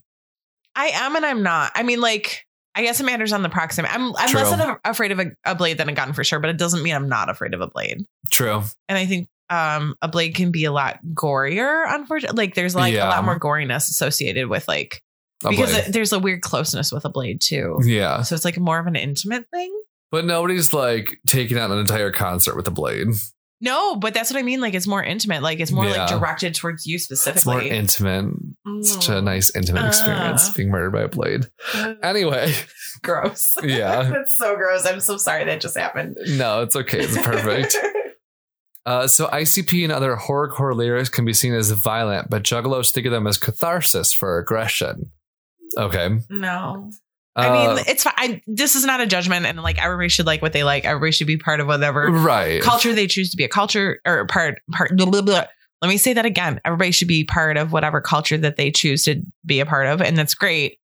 S2: I am and I'm not. I mean, like, I guess it matters on the proximity. I'm, I'm
S1: True.
S2: less of a- afraid of a, a blade than a gun for sure, but it doesn't mean I'm not afraid of a blade.
S1: True.
S2: And I think um, a blade can be a lot gorier, unfortunately. Like, there's like
S1: Yeah.
S2: a lot more goriness associated with like,
S1: A
S2: because
S1: blade.
S2: it- there's a weird closeness with a blade too.
S1: yeah,
S2: So it's like more of an intimate thing.
S1: but nobody's like taking out an entire concert with a blade.
S2: No, but that's what I mean. Like, it's more intimate. Like, it's more like
S1: Yeah.
S2: directed towards you specifically. Mm.
S1: It's more intimate. It's Such a nice intimate experience
S2: Ah.
S1: being murdered by a blade. Anyway,
S2: (laughs)
S1: (laughs)
S2: gross.
S1: yeah,
S2: That's so gross. I'm so sorry that just happened.
S1: no, it's okay.
S2: (laughs)
S1: It's perfect. Uh, so ICP and other horrorcore lyrics can be seen as violent, but juggalos think of them as catharsis for aggression. Okay.
S2: no.
S1: Uh,
S2: I mean, it's fine. I, this is not a judgment, and like everybody should like what they like. Everybody should be part of whatever
S1: Uh, right.
S2: culture they choose to be a culture or part part. Blah, blah, blah. Let me say that again. Everybody should be part of whatever culture that they choose to be a part of, and that's great.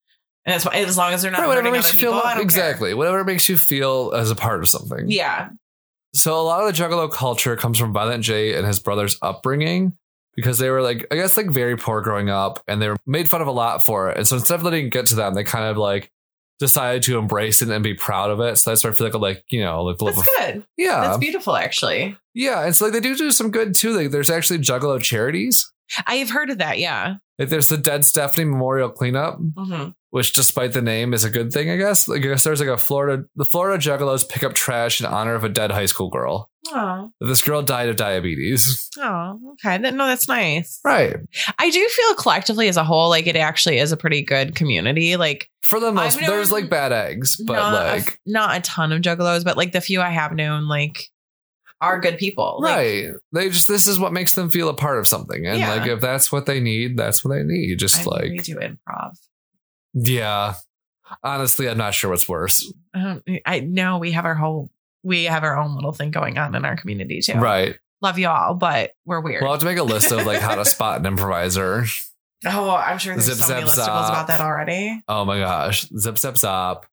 S2: And that's why, as long as they're not
S1: Right,
S2: hurting
S1: whatever
S2: other
S1: makes you feel
S2: people, I don't care.
S1: exactly whatever makes you feel as a part of something.
S2: Yeah,
S1: So a lot of the juggalo culture comes from Violent J and his brother's upbringing because they were like I guess like very poor growing up and they were made fun of a lot for it. And so instead of letting it get to them, they kind of like decided to embrace it and be proud of it. So that's where I feel like like you know like live
S2: that's
S1: a,
S2: good.
S1: yeah
S2: That's beautiful, actually.
S1: Yeah, and so like they do do some good too. Like there's actually Juggalo charities.
S2: I have heard of that. Yeah.
S1: Like there's the Dead Stephanie Memorial Cleanup,
S2: hmm
S1: which, despite the name, is a good thing, I guess. Like I guess there's like a Florida, the Florida Juggalos pick up trash in honor of a dead high school girl.
S2: Oh,
S1: This girl died of diabetes.
S2: oh, okay. That, no, that's nice.
S1: Right,
S2: I do feel collectively as a whole like it actually is a pretty good community. Like
S1: for the most,
S2: I've known
S1: there's like bad eggs, but
S2: not a,
S1: like
S2: not a ton of juggalos, but like the few I have known like are good people. Like,
S1: right, they just this is what makes them feel a part of something, and
S2: Yeah.
S1: like if that's what they need, that's what they need.
S2: I
S1: Just
S2: mean,
S1: like
S2: we do improv.
S1: yeah, honestly, I'm not sure what's worse.
S2: I don't- I know we have our whole we have our own little thing going on in our community too.
S1: Right,
S2: Love you all, but we're weird.
S1: we'll have to make a list of like
S2: (laughs)
S1: how to spot an improviser.
S2: oh, I'm sure there's
S1: Zip,
S2: so many
S1: zap,
S2: listicles
S1: zap.
S2: about that already.
S1: Oh my gosh. Zip Zip Zop.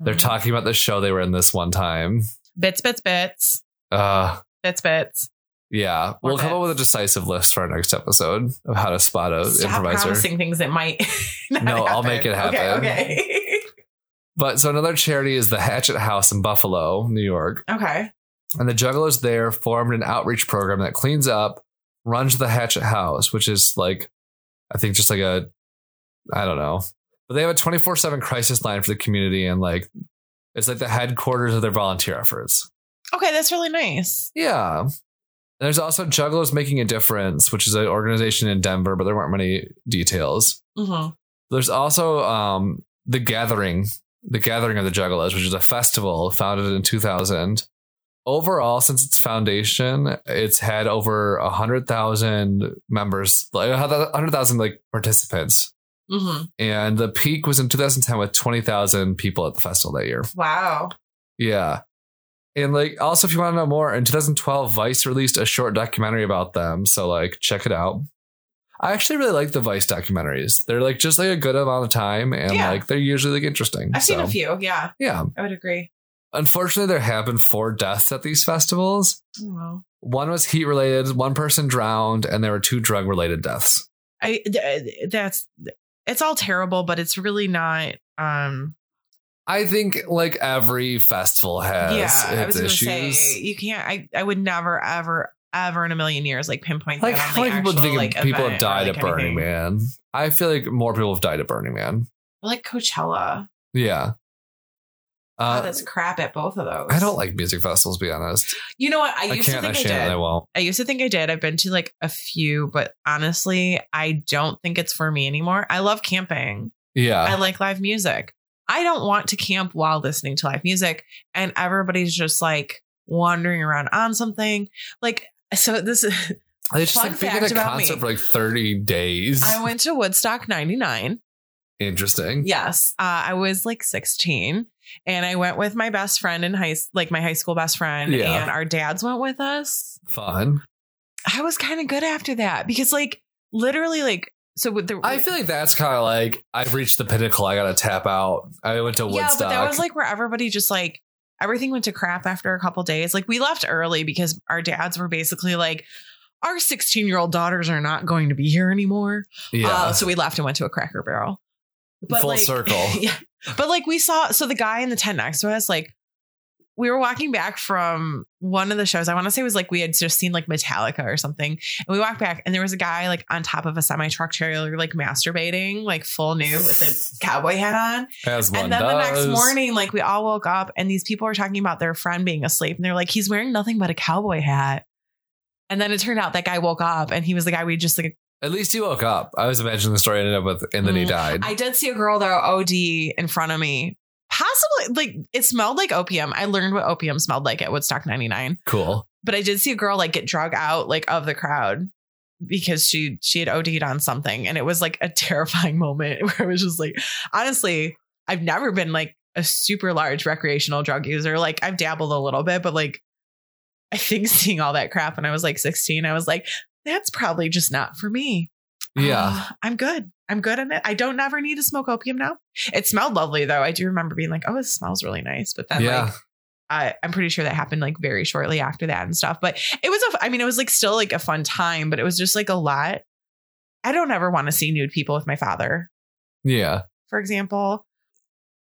S1: They're
S2: Mhm.
S1: talking about the show they were in this one time.
S2: bits, bits, bits,
S1: Uh
S2: bits, bits.
S1: yeah.
S2: More
S1: we'll come up
S2: bits.
S1: with a decisive list for our next episode of how to spot a
S2: Stop
S1: Oh, improviser.
S2: promising things that might. (laughs) not
S1: No, I'll make it happen.
S2: Okay, (laughs)
S1: But so another charity is the Hatchet House in Buffalo, New York.
S2: okay, okay.
S1: And the jugglers there formed an outreach program that cleans up, runs the Hatchet House, which is like I think just like a I don't know. But they have a 24/7 crisis line for the community and like it's like the headquarters of their volunteer efforts.
S2: Okay, that's really nice.
S1: Yeah. And there's also Juggalos Making a Difference, which is an organization in Denver, but there weren't many details.
S2: Mm-hmm.
S1: There's also um, The Gathering, The Gathering of the Juggalos, which is a festival founded in 2000. Overall, since its foundation, it's had over 100,000 members, like 100,000 like participants.
S2: Mm-hmm.
S1: And the peak was in 2010 with 20,000 people at the festival that year.
S2: Wow.
S1: Yeah. And like also if you want to know more, in 2012 Vice released a short documentary about them, so like check it out. I actually really like the Vice documentaries. They're like just like a good amount of time, and
S2: Yeah.
S1: like they're usually like interesting.
S2: I've seen
S1: So,
S2: a few. Yeah,
S1: Yeah.
S2: I would agree.
S1: Unfortunately, there have been four deaths at these festivals.
S2: Oh, well.
S1: One was heat related. One person drowned, and there were two drug related deaths.
S2: I th- that's it's all terrible, but it's really not. Um,
S1: I think like every festival has
S2: yeah, I was
S1: its
S2: gonna
S1: issues.
S2: say you can't. I I would never ever ever in a million years like
S1: (laughs)
S2: pinpoint
S1: like
S2: that
S1: I
S2: on
S1: feel
S2: the
S1: like people
S2: actual,
S1: think
S2: like,
S1: people
S2: event
S1: have
S2: or,
S1: died
S2: like,
S1: at Burning
S2: anything.
S1: Man. I feel like more people have died at Burning Man.
S2: like Coachella.
S1: Yeah.
S2: Oh,
S1: Uh,
S2: that's crap at both of those.
S1: I don't like music festivals. to Be honest.
S2: You know what? I
S1: I,
S2: used to
S1: can't. I
S2: think I
S1: shan't.
S2: did.
S1: and I won't.
S2: I used to think I did. I've been to like a few, but honestly, I don't think it's for me anymore. I love camping. I
S1: Yeah.
S2: like live music. I don't want to camp while listening to live music and everybody's just like wandering around on something. Like so this (laughs) is
S1: it's just
S2: fun
S1: like being at
S2: fact
S1: a
S2: about
S1: concert
S2: me.
S1: for like thirty days.
S2: I went to Woodstock 99.
S1: Interesting.
S2: Yes, uh, I was like 16, and I went with my best friend in high, like my high school best friend,
S1: Yeah.
S2: and our dads went with us.
S1: Fun.
S2: I was kind of good after that because, like, literally, like, so with the
S1: I feel like that's kind of like I've reached the pinnacle. I gotta tap out. I went to
S2: yeah,
S1: Woodstock.
S2: but that was like where everybody just like everything went to crap after a couple days. Like, we left early because our dads were basically like. Our 16 year old daughters are not going to be here anymore.
S1: yeah.
S2: Uh, so we left and went to a cracker barrel.
S1: Full circle.
S2: (laughs) yeah. But like we saw, so the guy in the tent next to us, like we were walking back from one of the shows. I want to say it was like we had just seen like Metallica or something. And we walked back and there was a guy like on top of a semi truck trailer, like masturbating, like full nude with his cowboy hat on.
S1: As one
S2: and then the next
S1: does.
S2: morning, like we all woke up and these people were talking about their friend being asleep and they're like, he's wearing nothing but a cowboy hat. And then it turned out that guy woke up and he was the guy we just like
S1: At least he woke up. I was imagining the story ended up with, and then he
S2: Mm.
S1: died.
S2: I did see a girl though OD in front of me. Possibly, like it smelled like opium. I learned what opium smelled like at Woodstock '99. (sighs)
S1: cool.
S2: But I did see a girl like get drug out like of the crowd because she she had OD'd on something, and it was like a (laughs) terrifying moment (laughs) where it was just like, honestly, I've never been like a super large recreational drug user. Like I've dabbled a little bit, but like I think (laughs) seeing all that crap when I was like 16, I was like, that's probably just not for me.
S1: Yeah.
S2: Ah, (sighs) I'm good. I'm good on it. I don't never need to smoke opium now. It smelled lovely though. I do remember being like, oh, it smells really nice. But then
S1: yeah.
S2: like I, I'm pretty sure that happened like very shortly after that and stuff. But it was a I mean, it was like still like a fun time, but it was just like a lot. I don't ever want to see nude people with my father,
S1: yeah.
S2: for example.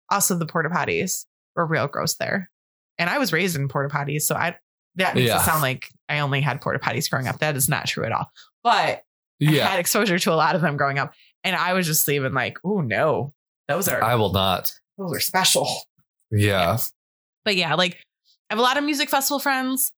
S2: Also the porta potties were real gross there. And I was raised in porta potties, so I that makes
S1: Yeah.
S2: it sound like I only had porta potties growing up. That is not true at all. But I
S1: Yeah.
S2: had exposure to a lot of them growing up. And I was just leaving like, oh no, those are
S1: I will not.
S2: those are special.
S1: Yeah.
S2: But yeah, like I have a lot of music festival friends.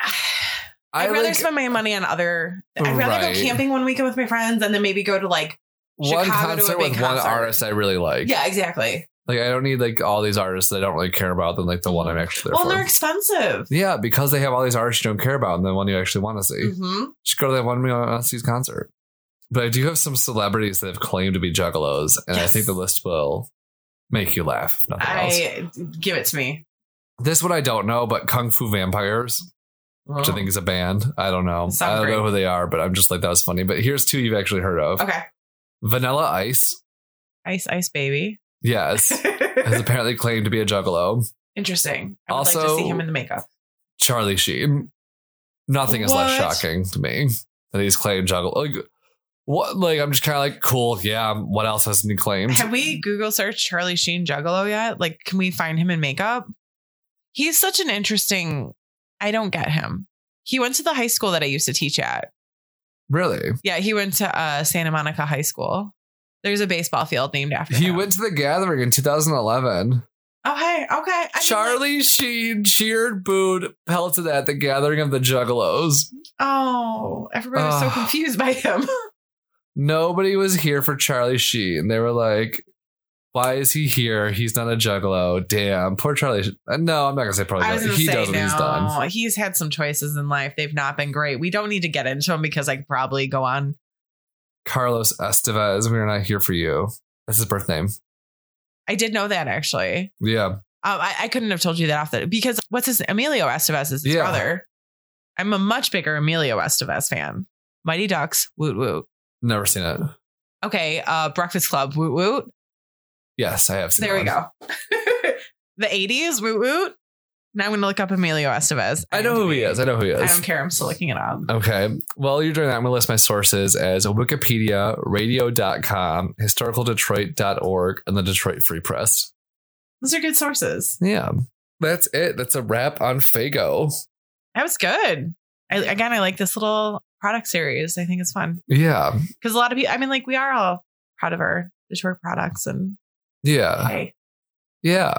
S2: (sighs) I'd rather
S1: like-
S2: spend my money on other. I'd rather
S1: Right.
S2: go camping one weekend with my friends and then maybe go to like.
S1: one
S2: Chicago to a
S1: concert
S2: big
S1: with one
S2: concert.
S1: artist I really like.
S2: Yeah, exactly.
S1: Like I don't need like all these artists that I don't really care about than like the one I'm actually there
S2: Well, they're
S1: for.
S2: expensive.
S1: Yeah, because they have all these artists you don't care about and the one you actually want to see.
S2: hmm
S1: Just go to that one we want to see's concert. But I do have some celebrities that have claimed to be juggalos, and I
S2: Yes.
S1: think the list will make you laugh, if nothing else.
S2: I give it to me.
S1: This one I don't know, but Kung Fu Vampires. which I think is a band. I don't know.
S2: Sounds
S1: I don't know
S2: great.
S1: who they are, but I'm just like that was funny. But here's two you've actually heard of:
S2: Okay,
S1: Vanilla Ice,
S2: Ice Ice Baby. (laughs)
S1: yes, has apparently claimed to be a juggalo.
S2: Interesting. I would like
S1: Also-
S2: to see him in the makeup.
S1: Charlie Sheen. Nothing is less
S2: What?
S1: shocking to me that he's claimed juggalo. Like what? Like I'm just kind of like cool. Yeah. What else hasn't he claimed?
S2: Have we Google searched Charlie Sheen Juggalo yet? Like, can we find him in makeup? He's such an interesting. I don't get him. He went to the high school that I used to teach at.
S1: Really?
S2: Yeah, he went to uh, Santa Monica High School. There's a baseball field named after
S1: He
S2: him.
S1: went to the gathering in 2011.
S2: Oh, hey, okay. I mean, like-
S1: Charlie Sheen cheered, booed, pelted at the gathering of the juggalos.
S2: oh, everybody was so
S1: Ugh.
S2: confused
S1: (laughs)
S2: by him.
S1: nobody was here for Charlie Sheen. They were like, why is he here? He's not a juggalo. Damn, poor Charlie. Sheen. Uh, No, I'm not gonna say probably.
S2: I was
S1: does.
S2: gonna
S1: He
S2: say
S1: does what
S2: no.
S1: he's done.
S2: He's had some choices in life. They've not been great. We don't need to get into him because I could probably go on.
S1: Carlos Estevez, we are not here for you. That's his birth name.
S2: I did know that actually.
S1: Yeah,
S2: Um, I, I couldn't have told you that off the because what's his Emilio Estevez is his
S1: Yeah.
S2: brother. I'm a much bigger Emilio Estevez fan. Mighty Ducks, woot woot.
S1: Never seen it.
S2: Okay, uh, Breakfast Club, woot woot.
S1: Yes, I have seen
S2: There
S1: that
S2: we
S1: one.
S2: go. (laughs) the 80s, woot woot. Now I'm going to look up Emilio Estevez.
S1: I know who he is. Uh, I know who he is.
S2: I don't care. I'm still looking it up.
S1: Okay. Well, you're doing that. I'm going to list my sources as Wikipedia, radio.com, historicaldetroit.org, and the Detroit Free Press.
S2: Those are good sources.
S1: Yeah. That's it. That's a wrap on Fago.
S2: That was good. I, again, I like this little product series. I think it's fun
S1: Yeah.
S2: because a lot of people, I mean, like, we are all proud of our Detroit products. And
S1: Yeah.
S2: hey,
S1: Yeah.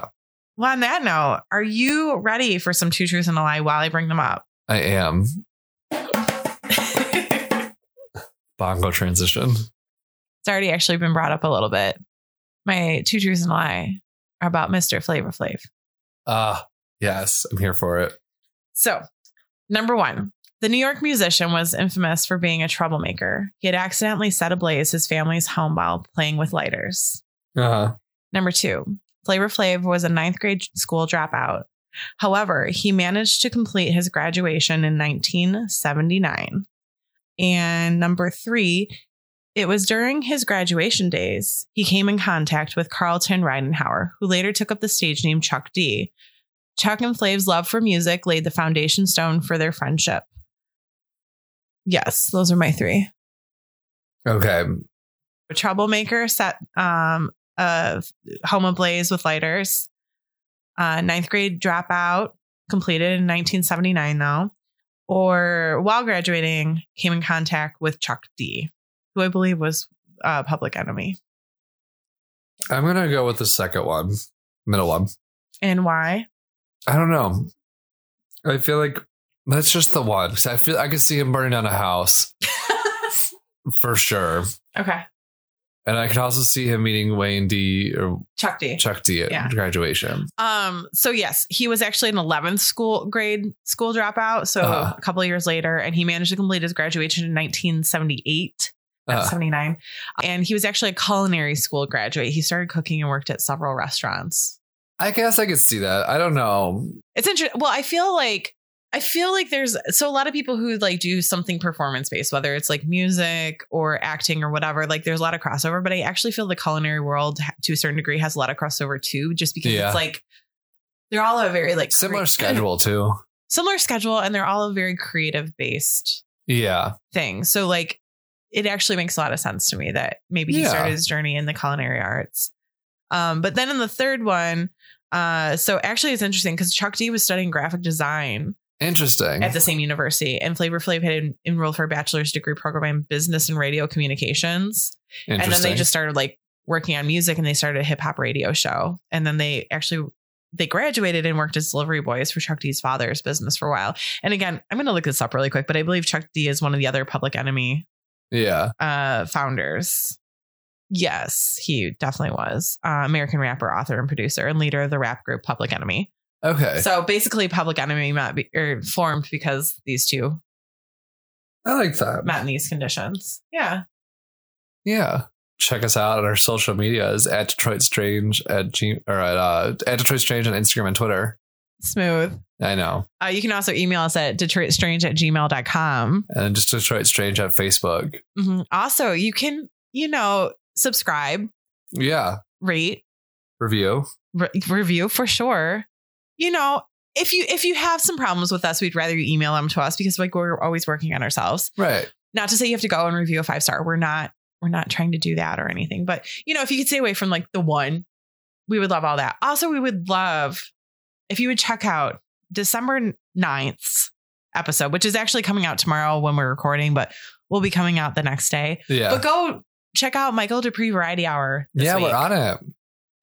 S2: well, on that note, are you ready for some two truths and a lie while I bring them up?
S1: I am. Bongo transition.
S2: It's already actually been brought up a little bit. My two truths and a lie are about Mr. Flavor Flav.
S1: Ah, yes. I'm here for it.
S2: So, number one, the New York musician was infamous for being a troublemaker. He had accidentally set ablaze his family's home while playing with lighters.
S1: Uh-huh.
S2: Number two, Flavor Flav was a ninth grade school dropout. However, he managed to complete his graduation in 1979. And number three, it was during his graduation days he came in contact with Carlton Reidenhauer, who later took up the stage name Chuck D. Chuck and Flav's love for music laid the foundation stone for their friendship. Yes, those are my three
S1: Okay.
S2: a troublemaker set um of home ablaze with lighters uh ninth grade dropout completed in 1979 though or while graduating came in contact with chuck d who i believe was uh, public enemy
S1: I'm going to go with the second one, middle one.
S2: and why
S1: I don't know. I feel like that's just the one. 'Cause I feel I could see him burning down a house for sure.
S2: okay
S1: And I could also see him meeting Wayne D or
S2: chuck d
S1: Chuck D at
S2: Yeah.
S1: graduation.
S2: um so yes he was actually an 11th school grade school dropout so
S1: Uh-huh.
S2: a couple of years later and he managed to complete his graduation in 1978
S1: Uh,
S2: 79. And he was actually a culinary school graduate. He started cooking and worked at several restaurants.
S1: I guess I could see that. I don't know.
S2: It's interesting. Well, I feel like I feel like there's so a lot of people who like do something performance based, whether it's like music or acting or whatever. Like there's a lot of crossover, but I actually feel the culinary world ha- to a certain degree has a lot of crossover too, just because
S1: Yeah.
S2: it's like they're all a very like
S1: Similar
S2: crea-
S1: schedule too.
S2: similar schedule, and they're all a very creative based
S1: Yeah.
S2: thing. So like it actually makes a lot of sense to me that maybe he
S1: Yeah.
S2: started his journey in the culinary arts. Um, but then in the third one, uh, so actually it's interesting because Chuck D was studying graphic design
S1: Interesting.
S2: at the same university, and Flavor Flav had en- enrolled for a bachelor's degree program in business and radio communications,
S1: Interesting.
S2: and then they just started like working on music, and they started a hip hop radio show, and then they actually they graduated and worked as delivery boys for Chuck D's father's business for a while. And again, I'm going to look this up really quick, but I believe Chuck D is one of the other Public Enemy
S1: yeah.
S2: uh, founders. Yes, he definitely was uh, American rapper, author, and producer, and leader of the rap group Public Enemy.
S1: Okay.
S2: So basically, Public Enemy met be, er, formed because these two
S1: I like that.
S2: met in these conditions. Yeah,
S1: Yeah. Check us out on our social medias at Detroit Strange at G- or at uh, at Detroit Strange on Instagram and Twitter.
S2: smooth.
S1: I know.
S2: Uh, you can also email us at detroitstrange at gmail.com.
S1: And just Detroit Strange at Facebook.
S2: Mm-hmm. Also, you can, you know, subscribe,
S1: Yeah.
S2: rate,
S1: Review.
S2: re- review for sure. You know, if you if you have some problems with us, we'd rather you email them to us because like we're always working on ourselves.
S1: Right.
S2: not to say you have to go and review a five star. We're not we're not trying to do that or anything. But you know, if you could stay away from like the one, we would love all that. Also, we would love if you would check out December 9th episode, which is actually coming out tomorrow when we're recording, but we'll be coming out the next day.
S1: Yeah.
S2: But go check out Michael Dupree Variety Hour. This
S1: yeah,
S2: week.
S1: we're on it.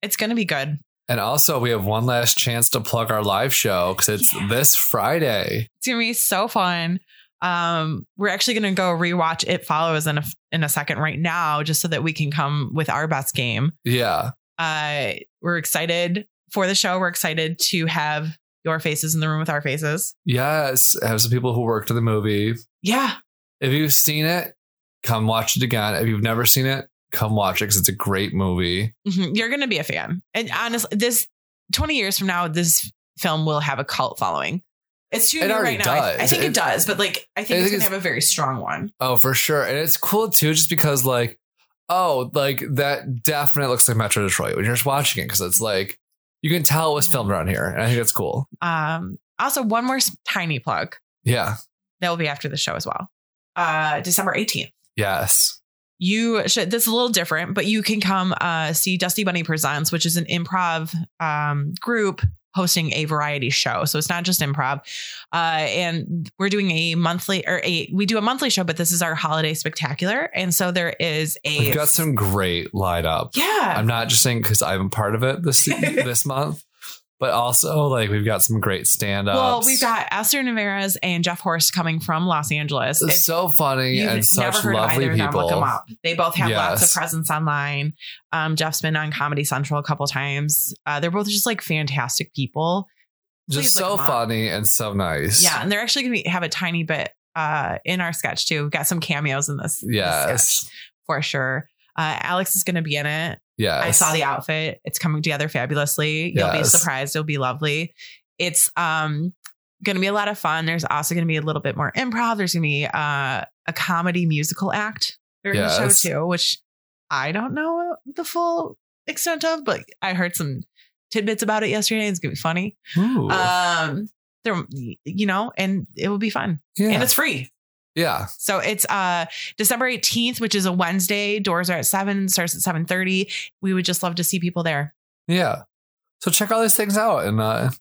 S2: it's gonna be good.
S1: And also, we have one last chance to plug our live show because it's
S2: Yeah.
S1: this Friday.
S2: It's gonna be so fun. Um, we're actually gonna go rewatch It Follows in a in a second right now, just so that we can come with our best game.
S1: Yeah.
S2: uh, we're excited for the show. We're excited to have your faces in the room with our faces.
S1: Yes. Have some people who worked in the movie.
S2: Yeah.
S1: If you've seen it, come watch it again. If you've never seen it, come watch it because it's a great movie.
S2: Mm-hmm. You're going to be a fan. And honestly, this 20 years from now, this film will have a cult following. It's too
S1: It
S2: new
S1: already
S2: right now. I- I,
S1: does.
S2: think it,
S1: It-
S2: does, but like I think
S1: I
S2: it's
S1: think
S2: gonna have a very strong one.
S1: Oh, for sure. And it's cool too, just because like, oh, like that definitely looks like Metro Detroit when you're just watching it, because it's like you can tell it was filmed around here. And I think that's cool.
S2: Um, also, one more s- tiny plug
S1: Yeah.
S2: that will be after the show as well. Uh, December eighteenth.
S1: Yes.
S2: You should. This is a little different, but you can come uh, see Dusty Bunny Presents, which is an improv um, group hosting a variety show. So it's not just improv. Uh, and we're doing a monthly or a we do a monthly show, but this is our holiday spectacular. And so there is a
S1: We've got some great lineup.
S2: yeah.
S1: I'm not just saying because I'm a part of it
S2: (laughs)
S1: this this month, but also like we've got some great stand ups.
S2: Well, we've got Esther Navarez and Jeff Horst coming from Los Angeles. If-
S1: so funny
S2: You've
S1: and such
S2: of
S1: lovely
S2: either of them,
S1: people.
S2: Look them up. They both have lots
S1: Yes.
S2: of presence online. Um, Jeff's been on Comedy Central a couple times. Uh, they're both just like fantastic people.
S1: Just
S2: Please
S1: so
S2: look them up.
S1: funny and so nice.
S2: Yeah, and they're actually going to have a tiny bit uh, in our sketch too. We've got some cameos in this. this sketch
S1: Yes.
S2: for sure. Uh, Alex is going to be in it.
S1: Yes.
S2: I saw the outfit. It's coming together fabulously. You'll be
S1: Yes.
S2: surprised. It'll be lovely. It's um going to be a lot of fun. There's also going to be a little bit more improv. There's going to be uh, a comedy musical act during the
S1: Yes.
S2: show too, which I don't know the full extent of, but I heard some tidbits about it yesterday. It's going to be funny.
S1: Ooh.
S2: Um, there, you know, and it will be fun,
S1: yeah.
S2: and it's free.
S1: yeah.
S2: So it's uh December 18th, which is a Wednesday. Doors are at 7, starts at 7:30. We would just love to see people there.
S1: Yeah. So check all these things out and uh,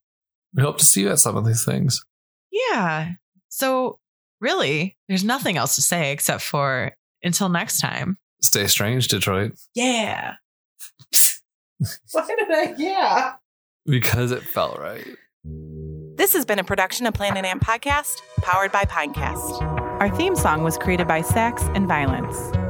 S1: we hope to see you at some of these things.
S2: Yeah. So really, there's nothing else to say except for until next time.
S1: Stay strange, Detroit,
S2: Yeah. Why did I yeah?
S1: because it felt right.
S3: This has been a production of Planet Amp Podcast, powered by Pinecast.
S4: Our theme song was created by Sax and Violence.